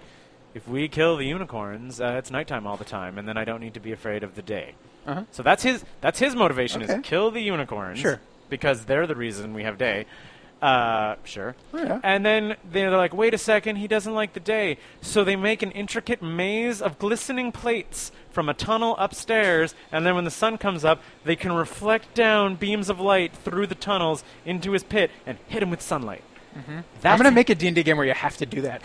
Speaker 3: "If we kill the unicorns, uh, it's nighttime all the time, and then I don't need to be afraid of the day."
Speaker 5: Uh-huh.
Speaker 3: So that's his that's his motivation
Speaker 5: Okay.
Speaker 3: is kill the unicorns,
Speaker 5: Sure.
Speaker 3: because they're the reason we have day. Uh, sure.
Speaker 5: Yeah.
Speaker 3: And then they're like, wait a second, he doesn't like the day. So they make an intricate maze of glistening plates from a tunnel upstairs, and then when the sun comes up, they can reflect down beams of light through the tunnels into his pit and hit him with sunlight.
Speaker 5: I'm
Speaker 3: That's-
Speaker 5: gonna make a D&D game where you have to do that.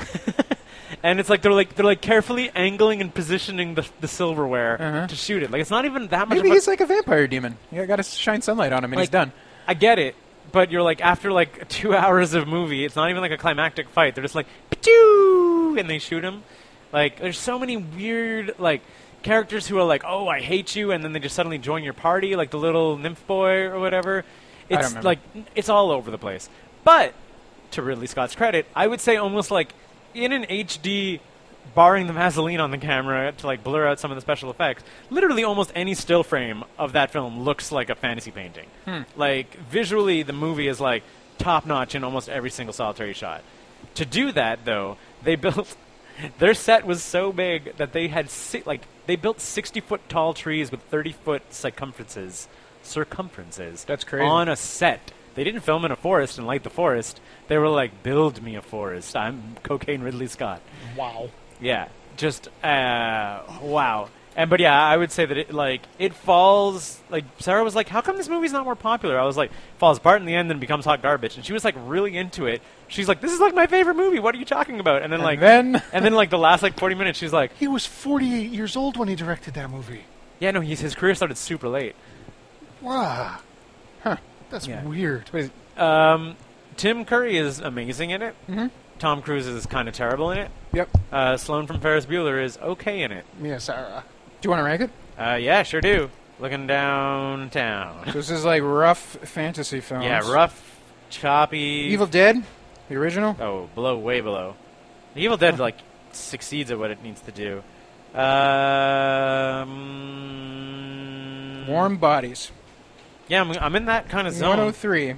Speaker 3: and it's like they're like they're like carefully angling and positioning the, the silverware
Speaker 5: Uh-huh.
Speaker 3: to shoot it. Like it's not even that much.
Speaker 5: Maybe
Speaker 3: of a-
Speaker 5: he's like a vampire demon. You gotta shine sunlight on him and he's
Speaker 3: Like,
Speaker 5: done.
Speaker 3: I get it, but you're like after like two hours of movie, it's not even like a climactic fight. They're just like "Pachoo!" and they shoot him. Like there's so many weird like characters who are like, oh, I hate you, and then they just suddenly join your party, like the little nymph boy or whatever.
Speaker 5: don't
Speaker 3: It's
Speaker 5: remember.
Speaker 3: like it's all over the place. But to Ridley Scott's credit, I would say almost like in an HD. Barring the Vaseline on the camera to like blur out some of the special effects, literally almost any still frame of that film looks like a fantasy painting.
Speaker 5: Hmm.
Speaker 3: Like visually, the movie is like top notch in almost every single solitary shot. To do that, though, they built their set was so big that they had si- like they built sixty foot tall trees with thirty foot circumferences. Circumferences.
Speaker 5: That's crazy.
Speaker 3: On a set, they didn't film in a forest and light the forest. They were like, "Build me a forest. I'm cocaine Ridley Scott."
Speaker 2: Wow.
Speaker 3: Yeah, just uh, wow. And but yeah, I would say that it like it falls like Sarah was like, "How come this movie's not more popular?" I was like, "Falls apart in the end and becomes hot garbage." And she was like really into it. She's like, "This is like my favorite movie. What are you talking about?" And then like
Speaker 5: then-
Speaker 3: and then like the last like 40 minutes, she's like,
Speaker 2: He was 48 years old when he directed that movie.
Speaker 3: "Yeah, no, he's, his career started super late."
Speaker 2: Wow. Huh. That's
Speaker 3: Yeah.
Speaker 2: weird.
Speaker 3: Um, Tim Curry is amazing in it. Mm-hmm. Tom Cruise is kind of terrible in it.
Speaker 2: Yep.
Speaker 3: Uh, Sloan from Ferris Bueller is okay in it.
Speaker 2: Mia Sarah.
Speaker 5: Do you want to rank it?
Speaker 3: Uh, yeah, sure do. Looking downtown.
Speaker 5: So this is like rough fantasy films.
Speaker 3: Yeah, rough, choppy.
Speaker 5: Evil Dead, the original.
Speaker 3: Oh, below, way below. The Evil Dead like succeeds at what it needs to do. Um,
Speaker 5: Warm Bodies.
Speaker 3: Yeah, I'm, I'm in that kind of zone.
Speaker 5: 103.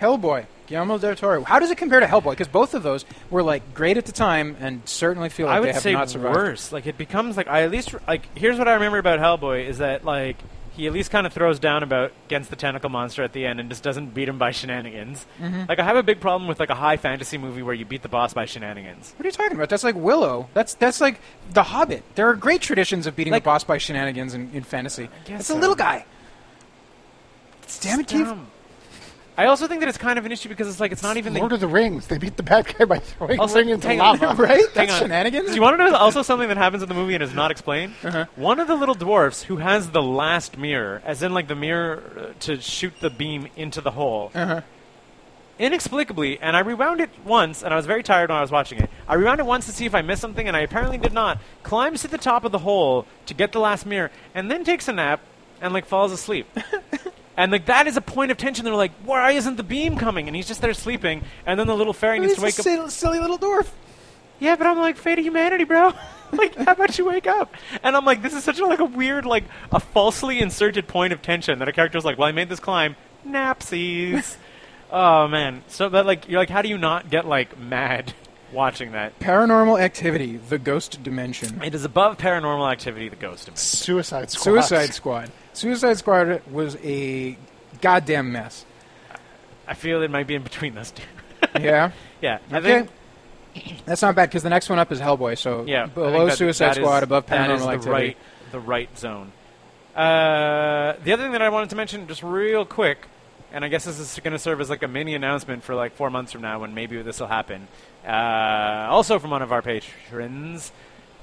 Speaker 5: Hellboy. Guillermo del Toro. How does it compare to Hellboy? Because both of those were like great at the time, and certainly feel like
Speaker 3: I
Speaker 5: they
Speaker 3: would
Speaker 5: have
Speaker 3: say
Speaker 5: not survived.
Speaker 3: worse. Like it becomes like I at least like here's what I remember about Hellboy is that like he at least kind of throws down about against the tentacle monster at the end and just doesn't beat him by shenanigans.
Speaker 5: Mm-hmm.
Speaker 3: Like I have a big problem with like a high fantasy movie where you beat the boss by shenanigans.
Speaker 5: What are you talking about? That's like Willow. That's that's like The Hobbit. There are great traditions of beating
Speaker 3: Like-
Speaker 5: the boss by shenanigans in, in fantasy.
Speaker 3: guess
Speaker 5: It's a
Speaker 3: so.
Speaker 5: little guy. Damn it,
Speaker 3: It's
Speaker 5: Keith.
Speaker 3: dumb. I also think that it's kind of an issue because it's like it's not even the
Speaker 2: Lord of the Rings. They beat the bad guy by throwing
Speaker 3: Also-
Speaker 2: ring into
Speaker 3: hang on.
Speaker 2: lava.
Speaker 5: Right?
Speaker 3: Hang
Speaker 5: That's
Speaker 3: on.
Speaker 5: shenanigans.
Speaker 3: Do you want to know also something that happens in the movie and is not explained? One of the little dwarfs who has the last mirror, as in like the mirror uh, to shoot the beam into the hole,
Speaker 5: Uh-huh.
Speaker 3: inexplicably, and I rewound it once, and I was very tired when I was watching it. I rewound it once to see if I missed something, and I apparently did not. Climbs to the top of the hole to get the last mirror, and then takes a nap and like falls asleep. And like that is a point of tension. They're like, "Why isn't the beam coming?" And he's just there sleeping. And then the little fairy needs
Speaker 5: He's
Speaker 3: to
Speaker 5: a
Speaker 3: wake up.
Speaker 5: silly, silly little dwarf.
Speaker 3: Yeah, but I'm like, fate of humanity, bro. like, how about you wake up? And I'm like, this is such a, like a weird, like a falsely inserted point of tension that a character's like, well, I made this climb, napsies. oh man, so that like you're like, how do you not get like mad watching that?
Speaker 5: Paranormal Activity: The Ghost Dimension.
Speaker 3: It is above paranormal activity, the ghost of it.
Speaker 2: Suicide Squad.
Speaker 5: Suicide Squad. Suicide Squad was a goddamn mess.
Speaker 3: I feel it might be in between those two.
Speaker 5: Yeah.
Speaker 3: yeah, I
Speaker 5: Okay.
Speaker 3: think
Speaker 5: That's not bad because the next one up is Hellboy. So
Speaker 3: yeah, I think
Speaker 5: below
Speaker 3: that-
Speaker 5: Suicide
Speaker 3: that is-
Speaker 5: Squad, above Paranormal
Speaker 3: that is the
Speaker 5: Activity.
Speaker 3: right, the right zone. Uh, the other thing that I wanted to mention, just real quick, and I guess this is going to serve as like a mini announcement for like four months from now when maybe this will happen. Uh, also from one of our patrons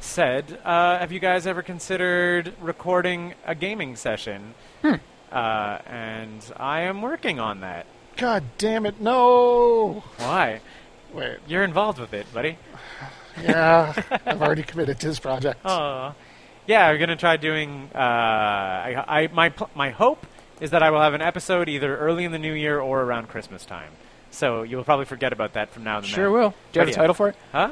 Speaker 3: said, uh, "Have you guys ever considered recording a gaming session?" Uh, and I am working on that.
Speaker 2: God damn it! No.
Speaker 3: Why?
Speaker 2: Wait.
Speaker 3: You're involved with it, buddy.
Speaker 2: Yeah. I've already committed to this project.
Speaker 3: Oh, yeah, we're gonna try doing. Uh, I, I my pl- my hope is that I will have an episode either early in the new year or around Christmas time. So you'll probably forget about that from now. To
Speaker 5: Sure
Speaker 3: then.
Speaker 5: will. Do you have
Speaker 3: But
Speaker 5: a
Speaker 3: yeah.
Speaker 5: title for it?
Speaker 3: Huh?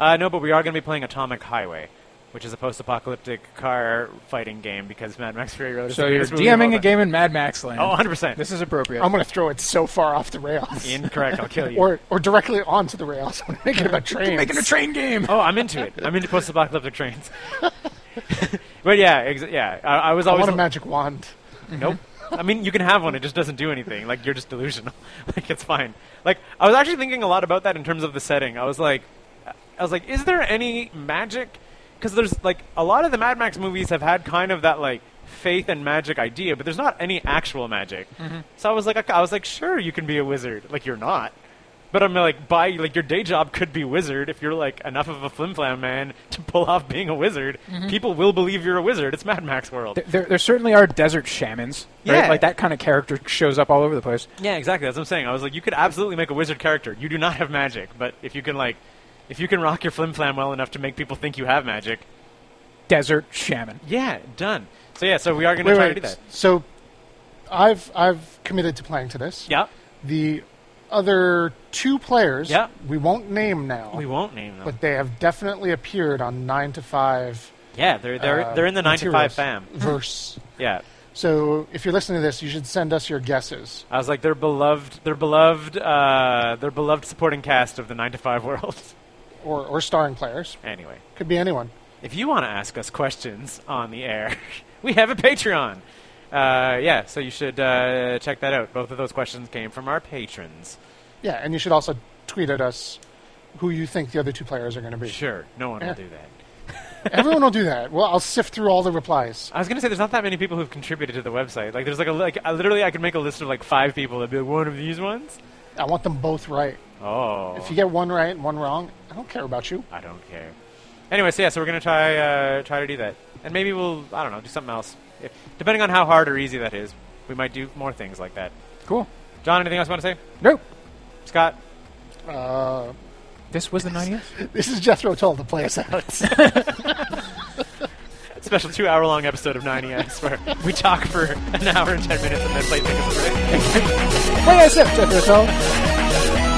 Speaker 3: Uh, no, but we are gonna be playing Atomic Highway, which is a post-apocalyptic car fighting game because Mad Max Fury Road. Is
Speaker 5: So
Speaker 3: the
Speaker 5: you're
Speaker 3: greatest movie of all
Speaker 5: DMing a
Speaker 3: time.
Speaker 5: game in Mad Max land.
Speaker 3: Oh, 100 percent.
Speaker 5: This is appropriate.
Speaker 2: I'm going to throw it so far off the rails.
Speaker 3: Incorrect. I'll kill you.
Speaker 2: Or, or directly onto the rails. I'm making it about trains.
Speaker 5: making a train game.
Speaker 3: oh, I'm into it. I'm into post-apocalyptic trains. but yeah, ex- yeah. I, I was
Speaker 2: I
Speaker 3: always
Speaker 2: want a magic wand.
Speaker 3: Nope. I mean, you can have one. It just doesn't do anything. Like you're just delusional. like it's fine. Like I was actually thinking a lot about that in terms of the setting. I was like, I was like, is there any magic? Because there's like a lot of the Mad Max movies have had kind of that like faith and magic idea, but there's not any actual magic. So I was like, I was like, sure, you can be a wizard. Like you're not. But I'm like, by like your day job could be wizard if you're like enough of a flimflam man to pull off being a wizard. People will believe you're a wizard. It's Mad Max world.
Speaker 5: There, there, there certainly are desert shamans. Right?
Speaker 3: Yeah.
Speaker 5: Like that kind of character shows up all over the place.
Speaker 3: Yeah, exactly. That's what I'm saying. I was like, you could absolutely make a wizard character. You do not have magic, but if you can like, if you can rock your flim flam well enough to make people think you have magic,
Speaker 5: Desert shaman.
Speaker 3: yeah, done. So yeah, so we are going to
Speaker 2: Wait,
Speaker 3: try to do
Speaker 2: wait.
Speaker 3: that.
Speaker 2: So, I've I've committed to playing to this.
Speaker 3: Yeah,
Speaker 2: The other two players.
Speaker 3: Yeah.
Speaker 2: We won't name now.
Speaker 3: we won't name them.
Speaker 2: But they have definitely appeared on nine to five.
Speaker 3: yeah, they're they're
Speaker 2: uh,
Speaker 3: they're in the nine to five
Speaker 2: materials.
Speaker 3: fam.
Speaker 2: Verse.
Speaker 3: Yeah,
Speaker 2: So if you're listening to this, you should send us your guesses.
Speaker 3: I was like, they're beloved, they're beloved, uh, they're beloved supporting cast of the nine to five world.
Speaker 2: Or, or starring players.
Speaker 3: anyway,
Speaker 2: Could be anyone.
Speaker 3: if you want to ask us questions on the air, we have a Patreon. Uh, yeah, so you should uh, check that out. Both of those questions came from our patrons.
Speaker 2: Yeah, and you should also tweet at us who you think the other two players are going to be.
Speaker 3: Sure, no one
Speaker 2: Yeah.
Speaker 3: will do that.
Speaker 2: Everyone will do that. Well, I'll sift through all the replies.
Speaker 3: I was gonna say there's not that many people who've contributed to the website. Like there's like a like I literally I could make a list of like five people that'd be like one of these ones.
Speaker 2: I want them both right.
Speaker 3: Oh,
Speaker 2: If you get one right and one wrong, I don't care about you.
Speaker 3: I don't care. Anyway, so yeah, so we're gonna try uh, try to do that, and maybe we'll I don't know do something else. If, depending on how hard or easy that is, we might do more things like that.
Speaker 5: Cool.
Speaker 3: John, anything else you want to say?
Speaker 5: Nope.
Speaker 3: Scott,
Speaker 2: Uh,
Speaker 5: This was the 90th?
Speaker 2: this is Jethro Tull to play us out.
Speaker 3: special two hour long episode of 90s where we talk for an hour and ten minutes and then play things. over it.
Speaker 5: Hey, I said Jethro Tull.